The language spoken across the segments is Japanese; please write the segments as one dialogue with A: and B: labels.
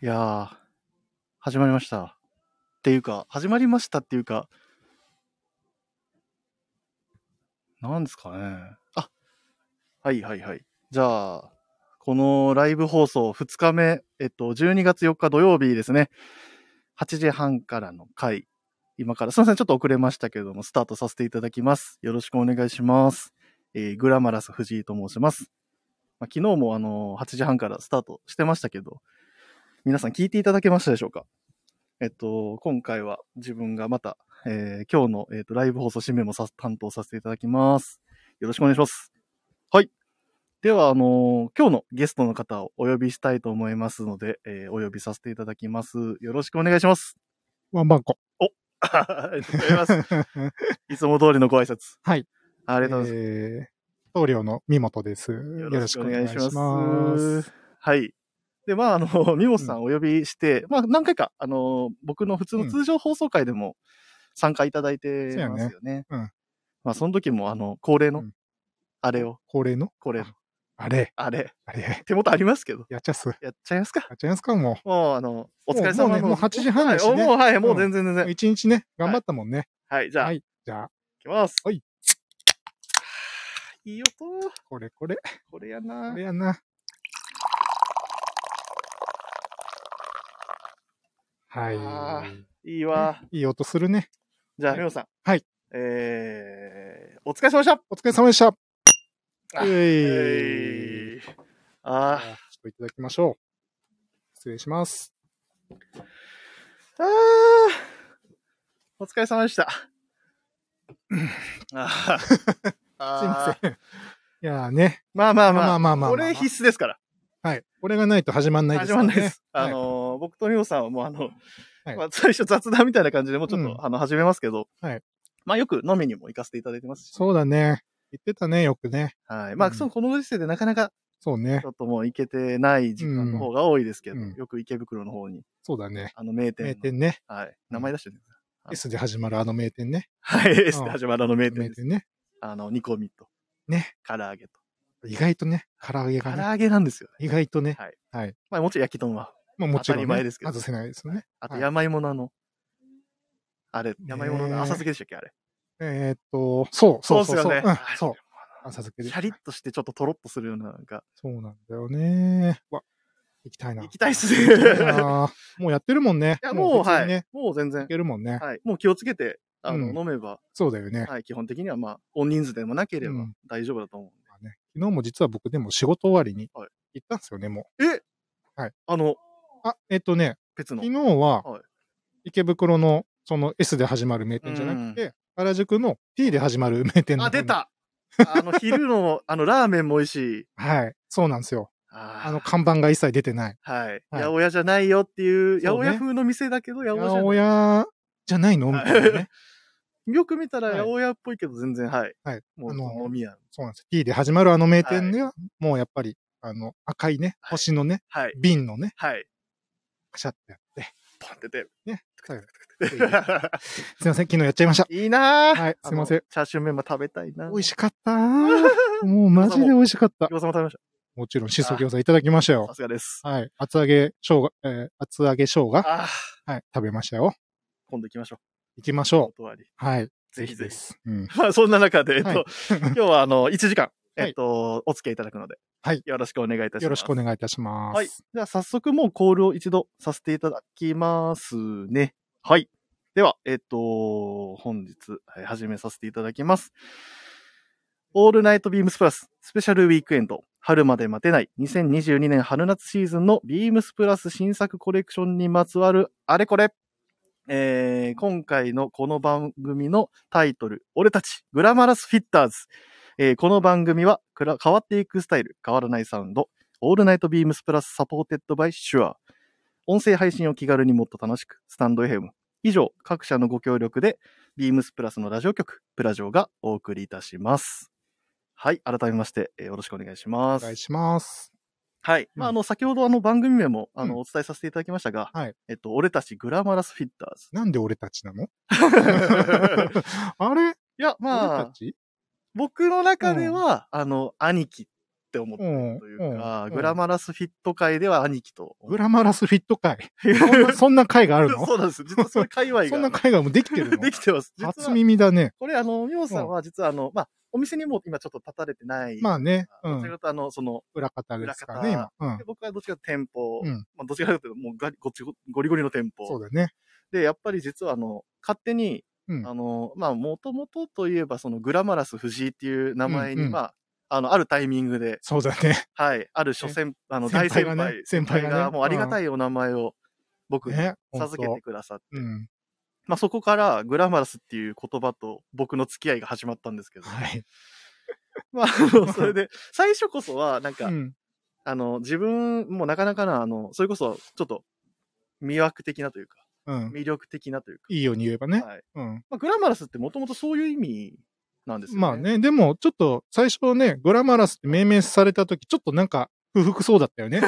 A: いやー、始まりました。っていうか、始まりましたっていうか、なんですかね。あ、はいはいはい。じゃあ、このライブ放送2日目、えっと、12月4日土曜日ですね。8時半からの回、今から、すいません、ちょっと遅れましたけれども、スタートさせていただきます。よろしくお願いします。えーグラマラス藤井と申します。まあ、昨日もあの、8時半からスタートしてましたけど、皆さん聞いていただけましたでしょうかえっと、今回は自分がまた、えー今日の、えっとライブ放送締めもさ担当させていただきます。よろしくお願いします。はい。では、あのー今日のゲストの方をお呼びしたいと思いますので、えーお呼びさせていただきます。よろしくお願いします。
B: ワンバンコ。
A: ありがとうございます。 いつも通りのご挨拶。
B: はい。
A: ありがとうございます。
B: えー棟梁の三本です。よろしくお願いします。。
A: はい。で、まあ、あ の、ミモさんお呼びして、まあ、何回か、あの、僕の普通の通常放送回でも参加いただいて
B: そうやね
A: ますよね。
B: うん
A: まあ、その時も、あの、恒例の、
B: うん
A: あれを、
B: 恒例の
A: これ、
B: あれ、
A: あれ、
B: あれ、
A: 手元ありますけど、
B: やっちゃっす。や
A: やっちゃいますか。
B: っちゃいますか、も
A: もう、あの、お疲れ様
B: もうねもう8時半だしね
A: はいおもう、はい、もう
B: うん
A: 全然全然。
B: う。一日ね、頑張ったもんね。
A: はい、じゃあ、、
B: はいい。じゃあ、
A: きます。
B: はい。
A: いい音、
B: これこれ、
A: これやな
B: これやな。
A: あ
B: はい
A: いわ。
B: い。いい音するね。
A: じゃあ、
B: はい
A: ミモさん。
B: はい。
A: えー、お疲れ様でした。
B: お疲れ様でした。
A: あ
B: えい。
A: えーあ
B: ちょっといただきましょう。失礼します。
A: ーあーお疲れ様でした。あ すい
B: すいま せん。いやーね。
A: まあまあまあ、
B: まあまあまあまあ
A: これ必須ですから。
B: はい。これがないと始まんないです
A: 始ま
B: から
A: ん
B: ね。
A: ないです。
B: はい
A: あのー僕とミホさんはもうあの、
B: はい
A: まあ、最初雑談みたいな感じでもうちょっと、
B: うん
A: あの始めますけど、
B: はい
A: まあよく飲みにも行かせていただいてますし、
B: そうだね。言ってたね、よくね。
A: はい、まあ、
B: うん
A: そうこのご時世でなかなか
B: そうね
A: ち。ょっともう行けてない時間の方が多いですけど、
B: うん
A: よく池袋の方に、
B: そうだね。
A: あの名店の
B: 名店ね。
A: はい、名前出してる、はい
B: S で始まるあの名店ね。
A: はい、S で始まるあの名店
B: 名
A: です。
B: 店ね。
A: あの、煮込みと。
B: ね。
A: 唐揚げと。
B: 意外とね、唐揚げ
A: 唐
B: がね。
A: 揚げなんですよね。
B: 意外とね。
A: はい。
B: はい。
A: まあもちろん焼き豚は。
B: まあもちろん、ね。
A: 当たり前ですけど
B: 外せないですよね。
A: あと
B: はい
A: 山芋のあの、あれ、山芋の
B: ねえ
A: 浅漬けでしたっけあれ。
B: えーっと、そう、そうそう
A: そう
B: そう。
A: っすよね
B: うん、そう。浅漬け
A: シ
B: で。
A: ャリッとしてちょっととろっとするような、なんか、
B: そうなんだよね。わ、行きたいな。
A: 行 きたいっす
B: 行きたい
A: ね。
B: なもうやってるもんね。
A: いや、もう、
B: 普通
A: は
B: にね
A: い。もう全然
B: い。けるもんね。
A: はい。もう気をつけて、あの、
B: うん
A: 飲めば、
B: そうだよね。
A: はい、基本的にはまあ、大人数でもなけれ
B: う
A: ば
B: ん
A: 大丈夫だと思うんで。
B: まあね昨日も実は僕でも仕事終わりに
A: はい
B: 行ったんですよね、も
A: あの、
B: う。あ、えーっとね、
A: 別の
B: 昨。日は
A: はい、
B: 池袋のその S で始まる名店じゃなくて、原宿の T で始まる名店の
A: あ、
B: 方に
A: 出たあの、昼の、あの、ラーメンも美味しい。
B: はい。そうなんですよ。
A: あー
B: あの、看板が一切出てない。
A: はい。
B: はい
A: 八百屋じゃないよっていう、八
B: そ
A: 百
B: うね
A: 屋風の店だけど、八百屋じ
B: 八
A: ゃ
B: 百屋じゃないのみたいな
A: は
B: ね。
A: よく見たら
B: はい
A: 八百屋っぽいけど、全然、はい。
B: はい
A: も
B: あの
A: う、飲み屋。
B: そうなんです。T で始まるあの名店では、もうやっぱり、あの、赤いね、
A: はい
B: 星のね、
A: はい。
B: 瓶のね、
A: はい。
B: カシャってやって。
A: ポンって出る。
B: ね。はい
A: すいま
B: すいません、昨日やっちゃいまし た。
A: せんいいなぁ。
B: はいすいません
A: あのチャーシューメンマ食べたいな
B: 美味しかったーもうマジで美味しかった
A: い。。餃子も食べまし
B: もちろん、しそ餃子いただきました
A: た。
B: よ
A: さ。すがです。
B: はい。厚揚げ生姜、えー厚揚げ生姜、はい、
A: ああ、
B: 食べましたよ。
A: 今度行きましょ
B: 行きまし
A: う。お
B: ょ
A: 断り。
B: う。はい。
A: ぜひぜひ。
B: す。うん。
A: まあ、そんな中で、えっ
B: はい
A: と、今日は、あの、1時間、
B: はい
A: えっと、お付き合いいただくので、
B: はい
A: よろしくお願いいたします。
B: よろしくお願いいたします。
A: はい。じゃあ早速もうコールを一度させていただきますね。はい。では、えっと、本日、はい始めさせていただきます。オールナイトビームスプラス、スペシャルウィークエンド、春まで待てない、2022年春夏シーズンのビームスプラス新作コレクションにまつわるあれこれ。えー今回のこの番組のタイトル、俺たち、グラマラスフィッターズ。えーこの番組はくら変わっていくスタイル、変わらないサウンド、オールナイトビームスプラスサポーテッドバイシュア。音声配信を気軽にもっと楽しく、スタンド FM。以上、各社のご協力で、ビームスプラスのラジオ局、プラジオがお送りいたします。はい、改めまして、えーよろしくお願いしま
B: お
A: す。
B: 願いします。
A: はい。まあ、あ
B: うん
A: の、先ほどあの番組名も、あの、
B: うん
A: お伝えさせていただきましたが、
B: はい
A: えっと、俺たちグラマラスフィッタ
B: なんで俺たちな の
A: ーズ。
B: あ れ
A: いや、
B: 俺
A: ま
B: た
A: あ、
B: ち
A: 僕の中では、あの、兄貴ってって思って
B: うん
A: るというか、
B: うん
A: グラマラスフィット界では兄貴と。
B: グラマラスフィット会。そ んなそんな会があるの
A: そうなんです。実はそういう界隈が。
B: そんな会がもうできてるの
A: できてます。 実は
B: 初耳だね。
A: これ、あの、みょうさんは実は、あの、まあ、お店にも今ちょっと立たれてない。
B: まあね、う
A: どちらかと
B: ん。
A: いうとあの、その、
B: 裏方ですからね、今。うん
A: で。僕はどっちかというと店舗、
B: うん
A: まあ、どちらかというともうガリごちごゴリゴリの店
B: そ
A: 舗。
B: うだよね。
A: で、やっぱり実はあの、勝手に、
B: うん
A: あの、まあ、もともとといえばそのグラマラス藤井っていう名前に、
B: うんうん
A: まあ、あの、あるタイミングで、
B: そうだね。
A: はい、ある諸先、あの、大
B: 先
A: 先
B: 輩がね
A: 輩、
B: 先輩がね
A: もうありがたいお名前を僕に
B: ね。
A: 授け
B: 本
A: てくださって、
B: 当うん。
A: まあ、そこからグラマラスっていう言葉と僕の付き合いが始まったんですけど、
B: はい。
A: まあ、あ のそれで、最初こそは、なんか、
B: うん。
A: あの、自分もなかなかな、あの、それこそ、ちょっと、魅惑的なというか、
B: うん。
A: 魅力的なというか、
B: いいように言えばね。
A: はい
B: うん。
A: まあ、グラマラスってもともとそういう意味なんですよね。
B: まあ。ね、でも、ちょっと、最初ね、グラマラスって命名されたとき、ちょっとなんか、不服そうだっ たよね。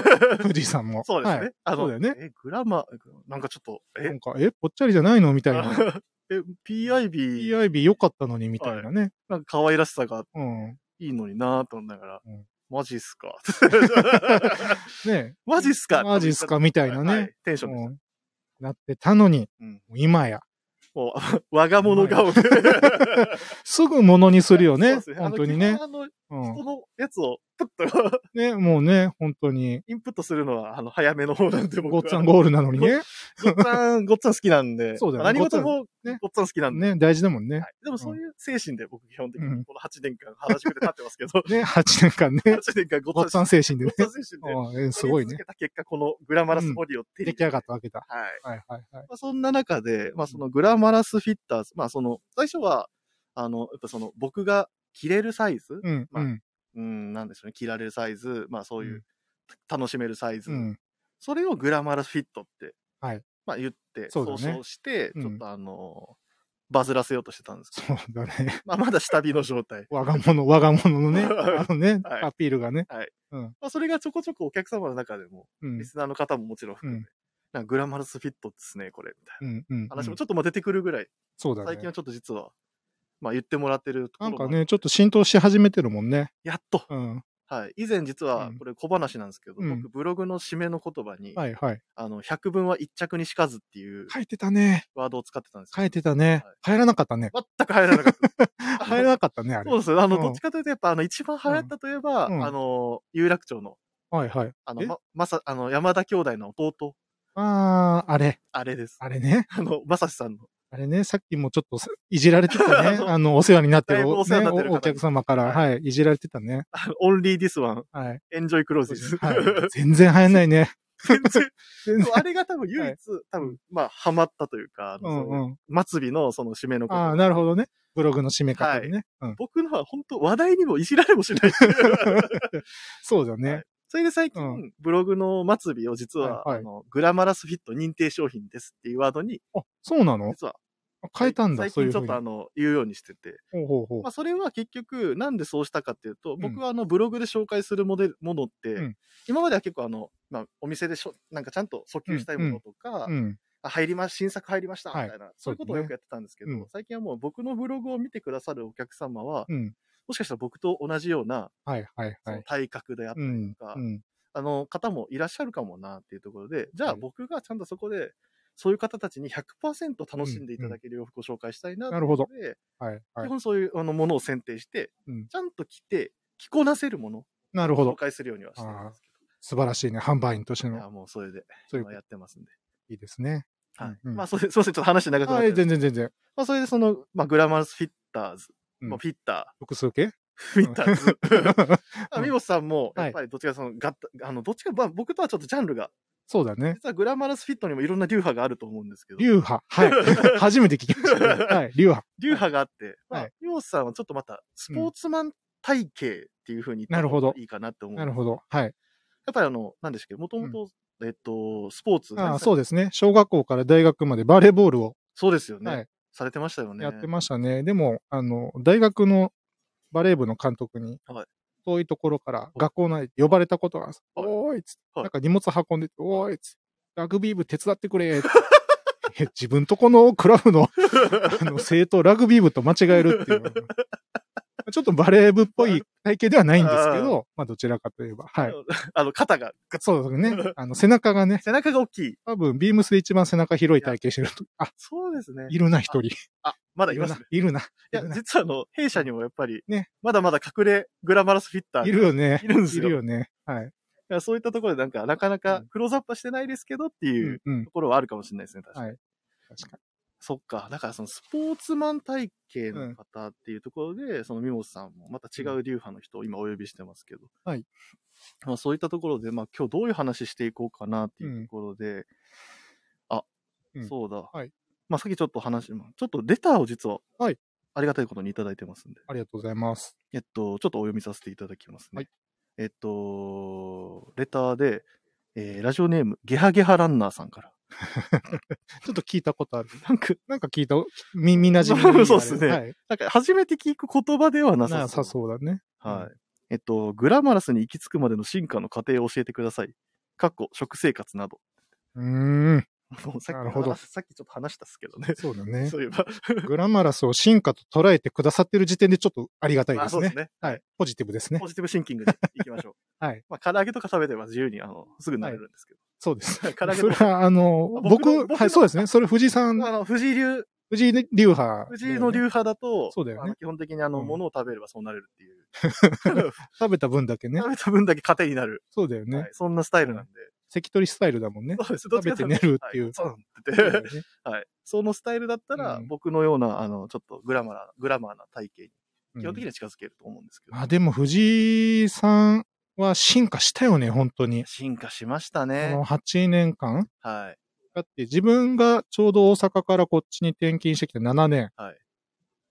B: 藤井さんも。
A: そうですね。
B: はい
A: あの
B: そうだよね。
A: え、グラマ、なんかちょっと、
B: な
A: え
B: んか、え、ぽっちゃりじゃないのみたいな。
A: え、PIB、
B: PIB 良かったのに、みたいなね。
A: なんか可愛らしさが
B: うん。
A: いいのになぁと思いながら、
B: うん
A: マジっす か。
B: ね
A: マジっすか。
B: マジっすかみたいなね
A: はいテンションです。
B: うんなってたのに、
A: うん
B: もう今や、
A: もう、我が物顔で。
B: すぐものにするよ
A: そう
B: ね
A: で。す
B: 本当にね。
A: あの、
B: う
A: 基本あの人
B: ん。
A: のやつを、プッと、
B: ね、もうね、本当に、
A: インプットするのは、あの、早めの方なんで、僕
B: ご
A: は。
B: っつぁんゴールなのにね。
A: ごっつぁん、ごっつぁん好きなんで。
B: そうだよね
A: 何事も
B: ね、
A: ごっつぁん好きなんで。
B: ね、大事だもんね
A: は。いでもそういう精神で僕基本的
B: う
A: に
B: ん
A: この8年間原宿で立ってますけど、
B: ね、8年間 ね、
A: 8年間ご
B: ご
A: っ
B: っ
A: つ
B: つ
A: ぁ
B: ぁ
A: ん
B: ん精神で
A: ご
B: ね
A: っ。つぁん精神で。
B: うんえーすごいね
A: 続。けた結果、このグラマラスボディを手に
B: 出来上がったわけだ。
A: た。はい。
B: はいはいはい。
A: まあ、そんな中で、まあ、そのグラマラスフィッターズ、まあ、その、最初は、あの、やっぱその、僕が着れるサイズ、
B: うん、
A: まあ
B: うん、、
A: うん、なんでしょうね、着られるサイズ、まあ、そういううん楽しめるサイズ、
B: うん。
A: それをグラマラスフィットって、
B: はい
A: まあ、言って、
B: そうだね
A: 総称して、
B: うん
A: ちょっとあの、バズらせようとしてたんですけど、
B: そうだね。
A: まあ、まだ下火の状態。
B: 我が物、我が 物のね、あのね、
A: はい
B: アピールがね。
A: まあ、それがちょこちょこお客様の中でも、
B: うん、
A: リスナーの方ももちろん含め、
B: うん
A: なんかグラマラスフィットですね、これ、みたいな。
B: うん、うん。
A: 話もちょっとまあ出てくるぐらい、
B: そうだ
A: 最近
B: ね
A: は。ちょっと実は、まあ言ってもらってるとこ
B: な
A: ろ
B: ん
A: もあ
B: か
A: る
B: ね、ちょっと浸透し始めてるもんね。
A: やっと。
B: うん。
A: はい。以前実は
B: う、ん
A: これ小話なんですけど、
B: うん
A: 僕ブログの締めの言葉に、
B: はいはい。
A: あの、百分は一着にしかずっていう
B: 書いてたね。
A: ワードを使ってたんですよ。
B: 書いてたね
A: はい。
B: 入らなかった ね。
A: 全く入らなかった。
B: 入らなかった ね、あれ
A: そう。ですよ。あの、
B: うん
A: どっちかというと、やっぱ、あの、一番流行ったといえば、
B: うんうん
A: あの、有楽町の、
B: はいはい。
A: あの、
B: え
A: ま、まさ、あの、山田兄弟の弟、
B: あー、あれ。
A: あれです。
B: あれね。
A: あの、まさしさんの。
B: あれね、さっきもちょっとさいじられてたね。
A: そう
B: あの、お世話になって
A: だい
B: る
A: ぶお
B: お,、
A: 世話に
B: ね、
A: なってる方に
B: おお客様から、はい、いじられてたね。
A: あのオンリーディスワン、
B: はい。
A: エンジョイクローズです。
B: はい、全然入んないね。
A: 全然
B: 全然
A: そうあれが多分唯一、
B: はい
A: 多分、まあ、ハマったというか、あ
B: う
A: の
B: んう
A: そ
B: ん。
A: の末尾のその締めの言
B: ああ、
A: 葉。
B: なるほどね。ブログの締め方でね。うん、
A: 僕のは本当話題にもいじられもしない。
B: そうだね、
A: はいそれで最近、
B: う
A: ブログの末尾を実は、
B: はいはい
A: あの、グラマラスフィット認定商品ですっていうワードに、
B: あ、そうなの
A: 実は、
B: 変えたんだ、
A: 最
B: そういう
A: 近ち
B: ふう
A: ょっ
B: に。
A: とあの、言うようにしてて。
B: ほうほうほう
A: まあ、それは結局、なんでそうしたかっていうと、
B: ん
A: 僕はあの、ブログで紹介するモデル、ものって、
B: うん
A: 今までは結構あの、まあ、お店でしょ、なんかちゃんと訴求したいものとか、
B: うん。
A: あ入りまし、新作入りました、み
B: は
A: た
B: い
A: いな、そういうことをよくやってたんですけど、
B: うん
A: 最近はもう僕のブログを見てくださるお客様は、
B: うん。
A: もしかしたら僕と同じような、
B: はいはい
A: そ
B: は
A: の
B: い。
A: 体格であった
B: う
A: り
B: ん
A: とか、
B: うん。
A: あの方もいらっしゃるかもなっていうところで、じゃあ
B: はい
A: 僕がちゃんとそこで、そういう方たちに100%楽しんでいただける洋服を紹介したいな
B: なるほど
A: という
B: はい
A: ことで、
B: は
A: 基
B: い。
A: 本そういうあのものを選定して、
B: うん
A: ちゃんと着て、着こなせるもの
B: なるほ
A: を紹
B: ど。
A: 介するようにはしてるんですけ
B: 素晴らしいね。販売員として
A: ど、い
B: の。
A: やもうそれで
B: そういう
A: 今やってますんで。
B: いいですね。うん
A: はい
B: うん
A: まあそれで、すいません、ちょっと話長くなっ
B: は
A: て
B: い、
A: る。
B: 全然全然。
A: まあ、それでその、まあ、グラマラスフィッターズ、
B: うん
A: まあ、フィッタ
B: 複数系
A: ー、フィッターズ。あ
B: うん
A: ミモスさんも、
B: はい
A: やっぱりどっちかその、があのどっちか、まあ、僕とはちょっとジャンルが、
B: そうだね。
A: 実はグラマラスフィットにもいろんな流派があると思うんですけど、
B: 流派。 はい。初めて聞きました。はい、流派。
A: 流派があって、ま
B: は
A: あ
B: い、
A: ミモスさんはちょっとまた、スポーツマン体系っていうふうに言った
B: なるほ
A: 方
B: ど
A: がいいかなって思う。
B: なる
A: や
B: ほど。はい。
A: っぱりあの、なんですけど、もともと、えっと、スポーツ。
B: あ
A: 何
B: あ、
A: さ
B: そうですね。小学校から大学までバレーボールを、
A: そうですよね、
B: はい、
A: されてましたよね。
B: やってましたね。でも、あの、大学のバレー部の監督に
A: はい、
B: 遠いところから学校内で呼ばれたことがあるんです、
A: はい
B: おーいっつって、
A: はい
B: なんか荷物運んでて、おーいっつって、ラグビー部手伝って くれっつってえ 自分とこのクラブのあの生徒ラグビー部と間違えるっていう。ちょっとバレー部っぽい体型ではないんですけど、まあどちらかといえば、はい。
A: あの、肩が、
B: そうですね。あの、背中がね、
A: 背中が大きい。
B: 多分、ビームスで一番背中広い体型してると。あ、
A: そうですね。
B: いるな、一人。
A: あ、まだい
B: いる
A: ます
B: な
A: ね。、
B: いるな。
A: いや、実はあの、弊社にもやっぱり、
B: ね
A: まだまだ隠れグラマラスフィッターが
B: いるよね。
A: いるんです
B: い
A: よ。
B: るよね。はい。
A: いやそういったところでなんか、なかなかクローズアップはしてないですけどって
B: う、
A: いうん
B: うん
A: と。ころはあるかもしれないですね、確かに。
B: はい。確か
A: そっか。だからそのスポーツマン体系の方っていうところで、そのミモスさんもまた違う流派の人を今お呼びしてますけど。
B: はい。
A: まあそういったところで、まあ今日どういう話していこうかなっていうところで、あ、
B: うん
A: そうだ。
B: はい。
A: まあさっきちょっと話、まあちょっとレターを実は、
B: はい。
A: ありがたいことにいただいてますんで。
B: ありがとうございます。
A: えっと、ちょっとお読みさせていただきますね。
B: はい
A: えっと、レターで、えーラジオネーム、ゲハゲハランナーさんから。
B: ちょっと聞いたことある。
A: なんか、
B: なんか聞いた、み、みなじみのいいあ れ
A: そうっすね
B: はい。
A: なんか初めて聞く言葉ではな
B: な
A: さ
B: あ
A: そ
B: さ
A: う。
B: そうだね。
A: は
B: う
A: い。えっと、グラマラスに行き着くまでの進化の過程を教えてください。かっこ、食生活など。
B: うーん。
A: もうさっき
B: なるほど
A: 話さっきちょっと話したっすけどね。
B: そうだ ね
A: そ。ういえば。
B: グラマラスを進化と捉えてくださってる時点でちょっとありがたい
A: ま
B: で
A: あ
B: す
A: そうで
B: ね
A: す。ね。
B: はい。ポジティブですね
A: ポ。ジティブシンキングでいきましょう。
B: はい。
A: まあ、唐揚げとか食べてば自由に、あの、すぐ慣れるんですけど。
B: そうです。
A: 唐揚げ
B: そ
A: と
B: れ
A: か。
B: は、あの、
A: あ僕
B: 僕
A: の僕
B: は
A: の
B: い、そうですね。それ藤井さん、
A: あの、藤井流、
B: 藤井流派。
A: 藤井の流派だと、
B: そうだよね
A: あの基本的にあの、
B: うん
A: 物を食べればそうなれるっていう。
B: 食べた分だけね
A: 食。べた分だけ糧になる。
B: そうだよ
A: は
B: ね
A: い。そんなスタイルなんで。
B: 関取スタイルだもんね。
A: そうです。
B: 食べて寝るっていう
A: そうって
B: そうだ
A: て
B: よ。ね
A: はい。そのスタイルだったら、
B: うん
A: 僕のような、あの、ちょっとグラマラ、グラマーな体型
B: う
A: に、
B: ん
A: 基本的には近づけると思うんですけど。
B: あ、でも藤井さんは進化したよね、本当に。
A: 進化しました
B: こ
A: ね
B: の。8年間
A: はい。
B: だって自分がちょうど大阪からこっちに転勤してきて7年。
A: はい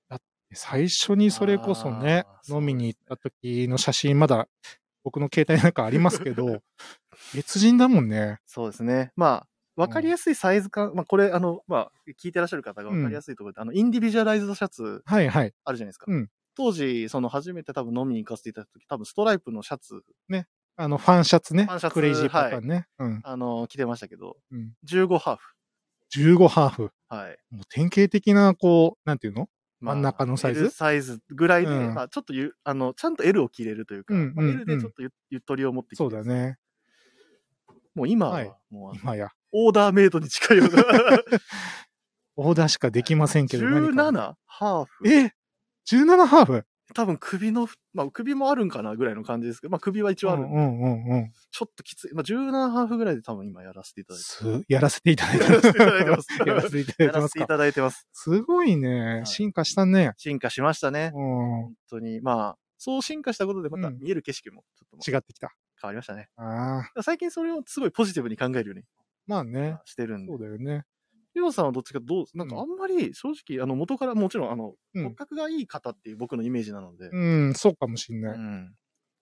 B: だって最初にそれこそね
A: あ、ー
B: 飲みに行った時の写真まだ僕の携帯なんかあります けど、別人だもんね。
A: そうですね。まあ、わかりやすいサイズ感、まあ、これ、あの、まあ、聞いてらっしゃる方がわかりやすいところで、あの、インディビジュアライズドシャツ
B: はいはい。
A: あるじゃないですか。
B: うん
A: 当時、その、初めて多分飲みに行かせていただいた時、多分ストライプのシャツ、
B: あの、ファンシャツね。
A: ファンシャツ
B: クレイジーパターンね。うん。
A: あの、着てましたけど、
B: うん
A: 15ハーフ。
B: 15ハーフ。
A: はい。
B: もう典型的な、こう、なんていうの
A: まあ
B: 真ん中のサイズ
A: ?L サイズぐらいで、
B: うん
A: まあ、ちょっとゆ、あの、ちゃんと L を着れるというか、
B: うん
A: まあ
B: うん
A: L でちょっとゆゆっとりを持ってきて、
B: そうだ。ね。
A: もう今は、
B: はい
A: もうあの、
B: 今や。
A: オーダーメイドに近いよう な。
B: オーダーしかできませんけど、何か
A: 17? ハーフ
B: え ?17 ハーフ
A: 多分首の、まあ首もあるんかなぐらいの感じですけど、まあ首は一応あるんで、
B: うんうんうんうん。
A: ちょっときつい。まあ17ハーフぐらいで多分今やらせていただいて
B: す、やらせていただいて
A: やらせていただいてます
B: やらせていただ
A: や
B: いて
A: らせ
B: ます
A: てい
B: か。
A: ただいてます。
B: すごいね
A: は。い
B: 進化したね。
A: 進化しましたね。
B: うん。
A: 本当に。まあ、そう進化したことでまた
B: うん
A: 見える景色もちょっともう
B: 違ってきた。
A: 変わりましたね。
B: ああ。
A: 最近それをすごいポジティブに考えるように
B: まあね。
A: してるんで
B: そう。だよね。
A: リオさんはどっちかどう、なんか
B: うん
A: あんまり正直、あの元からもちろんあの、
B: うん
A: 骨格がいい方っていう僕のイメージなので、
B: うん、そうかもしん
A: う
B: ない。
A: ん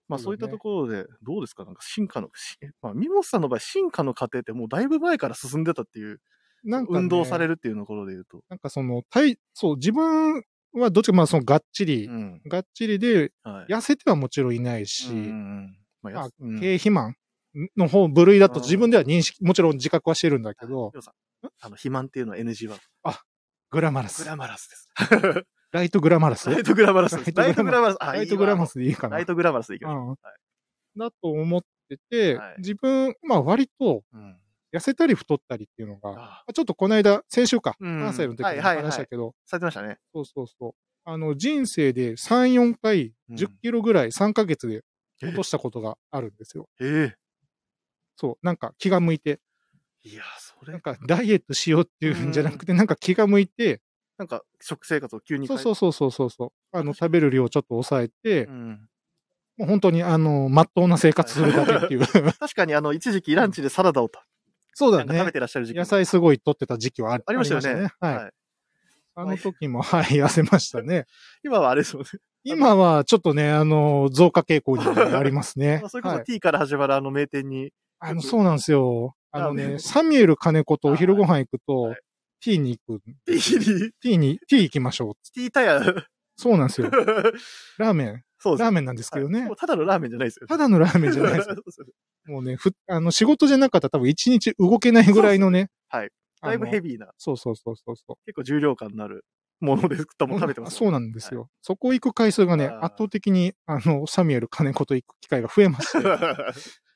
A: まあそ
B: そうう
A: いった
B: だね
A: ところで、どうですかなんか進化の、し まあ、ミモスさんの場合、進化の過程ってもうだいぶ前から進んでたっていう、
B: なんかね、
A: 運動されるっていうところで言うと。
B: なんかその、体、そう、自分はどっちか、まあその、がっちり、
A: うん。
B: がっちりで、
A: はい。
B: 痩せてはもちろんいないし、
A: うんうんうんまあ、
B: ま
A: や
B: あ
A: すうん、
B: 軽肥満の方、部類だ
A: う
B: と
A: ん
B: 自分では認識、もちろん自覚はしてるんだけど、
A: リオさん、あの、肥満っていうのは NG は、
B: グラマラ
A: グ
B: ス
A: ラ。マラスです。
B: ライトグラマラス。
A: ライトグラマラスです。ラ
B: ラ
A: イ
B: イ
A: ト
B: ト
A: グ
B: グ
A: ラ
B: ラ
A: マラス。あ
B: ライトグラマ
A: いい
B: スでいいか
A: わ
B: な。
A: ライトグラマラスでいきましょう。
B: うん
A: はい
B: だと思ってて、
A: はい
B: 自分、まあ割と
A: うん
B: 痩せたり太ったりっていうのが、ま
A: あ
B: あちょっとこの間、先週か、
A: うん
B: 関西の時
A: はい
B: に
A: はいはい
B: 話したけど、
A: されてましたね。
B: そうそうそう。あの、人生で3、4回、
A: うん
B: 10キロぐらい3ヶ月で
A: え
B: 落としたことがあるんですよ。
A: え
B: そう、なんか気が向いて、
A: えいや、それ
B: なんかダイエットしようっていうんじゃなくて、なんか気が向いて、
A: なんか、食生活を急に
B: そ
A: 変え
B: うそうそうそうそうそう、あの、食べる量をちょっと抑えて、
A: うん
B: もう本当にあの、まっとうな生活するだけっていう。
A: 確かに、あの、一時期ランチでサラダをた
B: そう
A: な
B: だ
A: んか食べ
B: ね。
A: てらっしゃる時期も
B: 野菜すごい取ってた時期はあ
A: ありましたよね。
B: はい。
A: はい
B: あの時も、はい、痩せましたね。
A: 今 はあれですもんね。
B: 今はちょっとね、あの、増加傾向にあります
A: 。
B: ね
A: それこ
B: は
A: そ
B: い。
A: T から始まるあの名店に、
B: あの、そうなんですよ。あの
A: ラーメン
B: ね、サミュエル金子とお昼ご飯行く
A: は
B: と
A: い、
B: T に行く。
A: T に、
B: T に、T 行きましょう。
A: T タイヤ、
B: そうなんで すよ。ラーメン。
A: そうです。
B: ラーメンなんですけど
A: はい
B: ね
A: もう。ただのラーメンじゃないですよ。
B: ただのラーメンじゃないです。
A: そうそう
B: もうね、ふ、あの、仕事じゃなかったら多分一日動けないぐらいのね。
A: はい。
B: あの。
A: だいぶヘビーな、
B: そうそうそうそうそう。
A: 結構重量感のある。ものです。多分食べてます。
B: そうなんですよ。そこ行く回数がね、
A: あー
B: 圧倒的に、あの、サミュエル金子と行く機会が増えまして、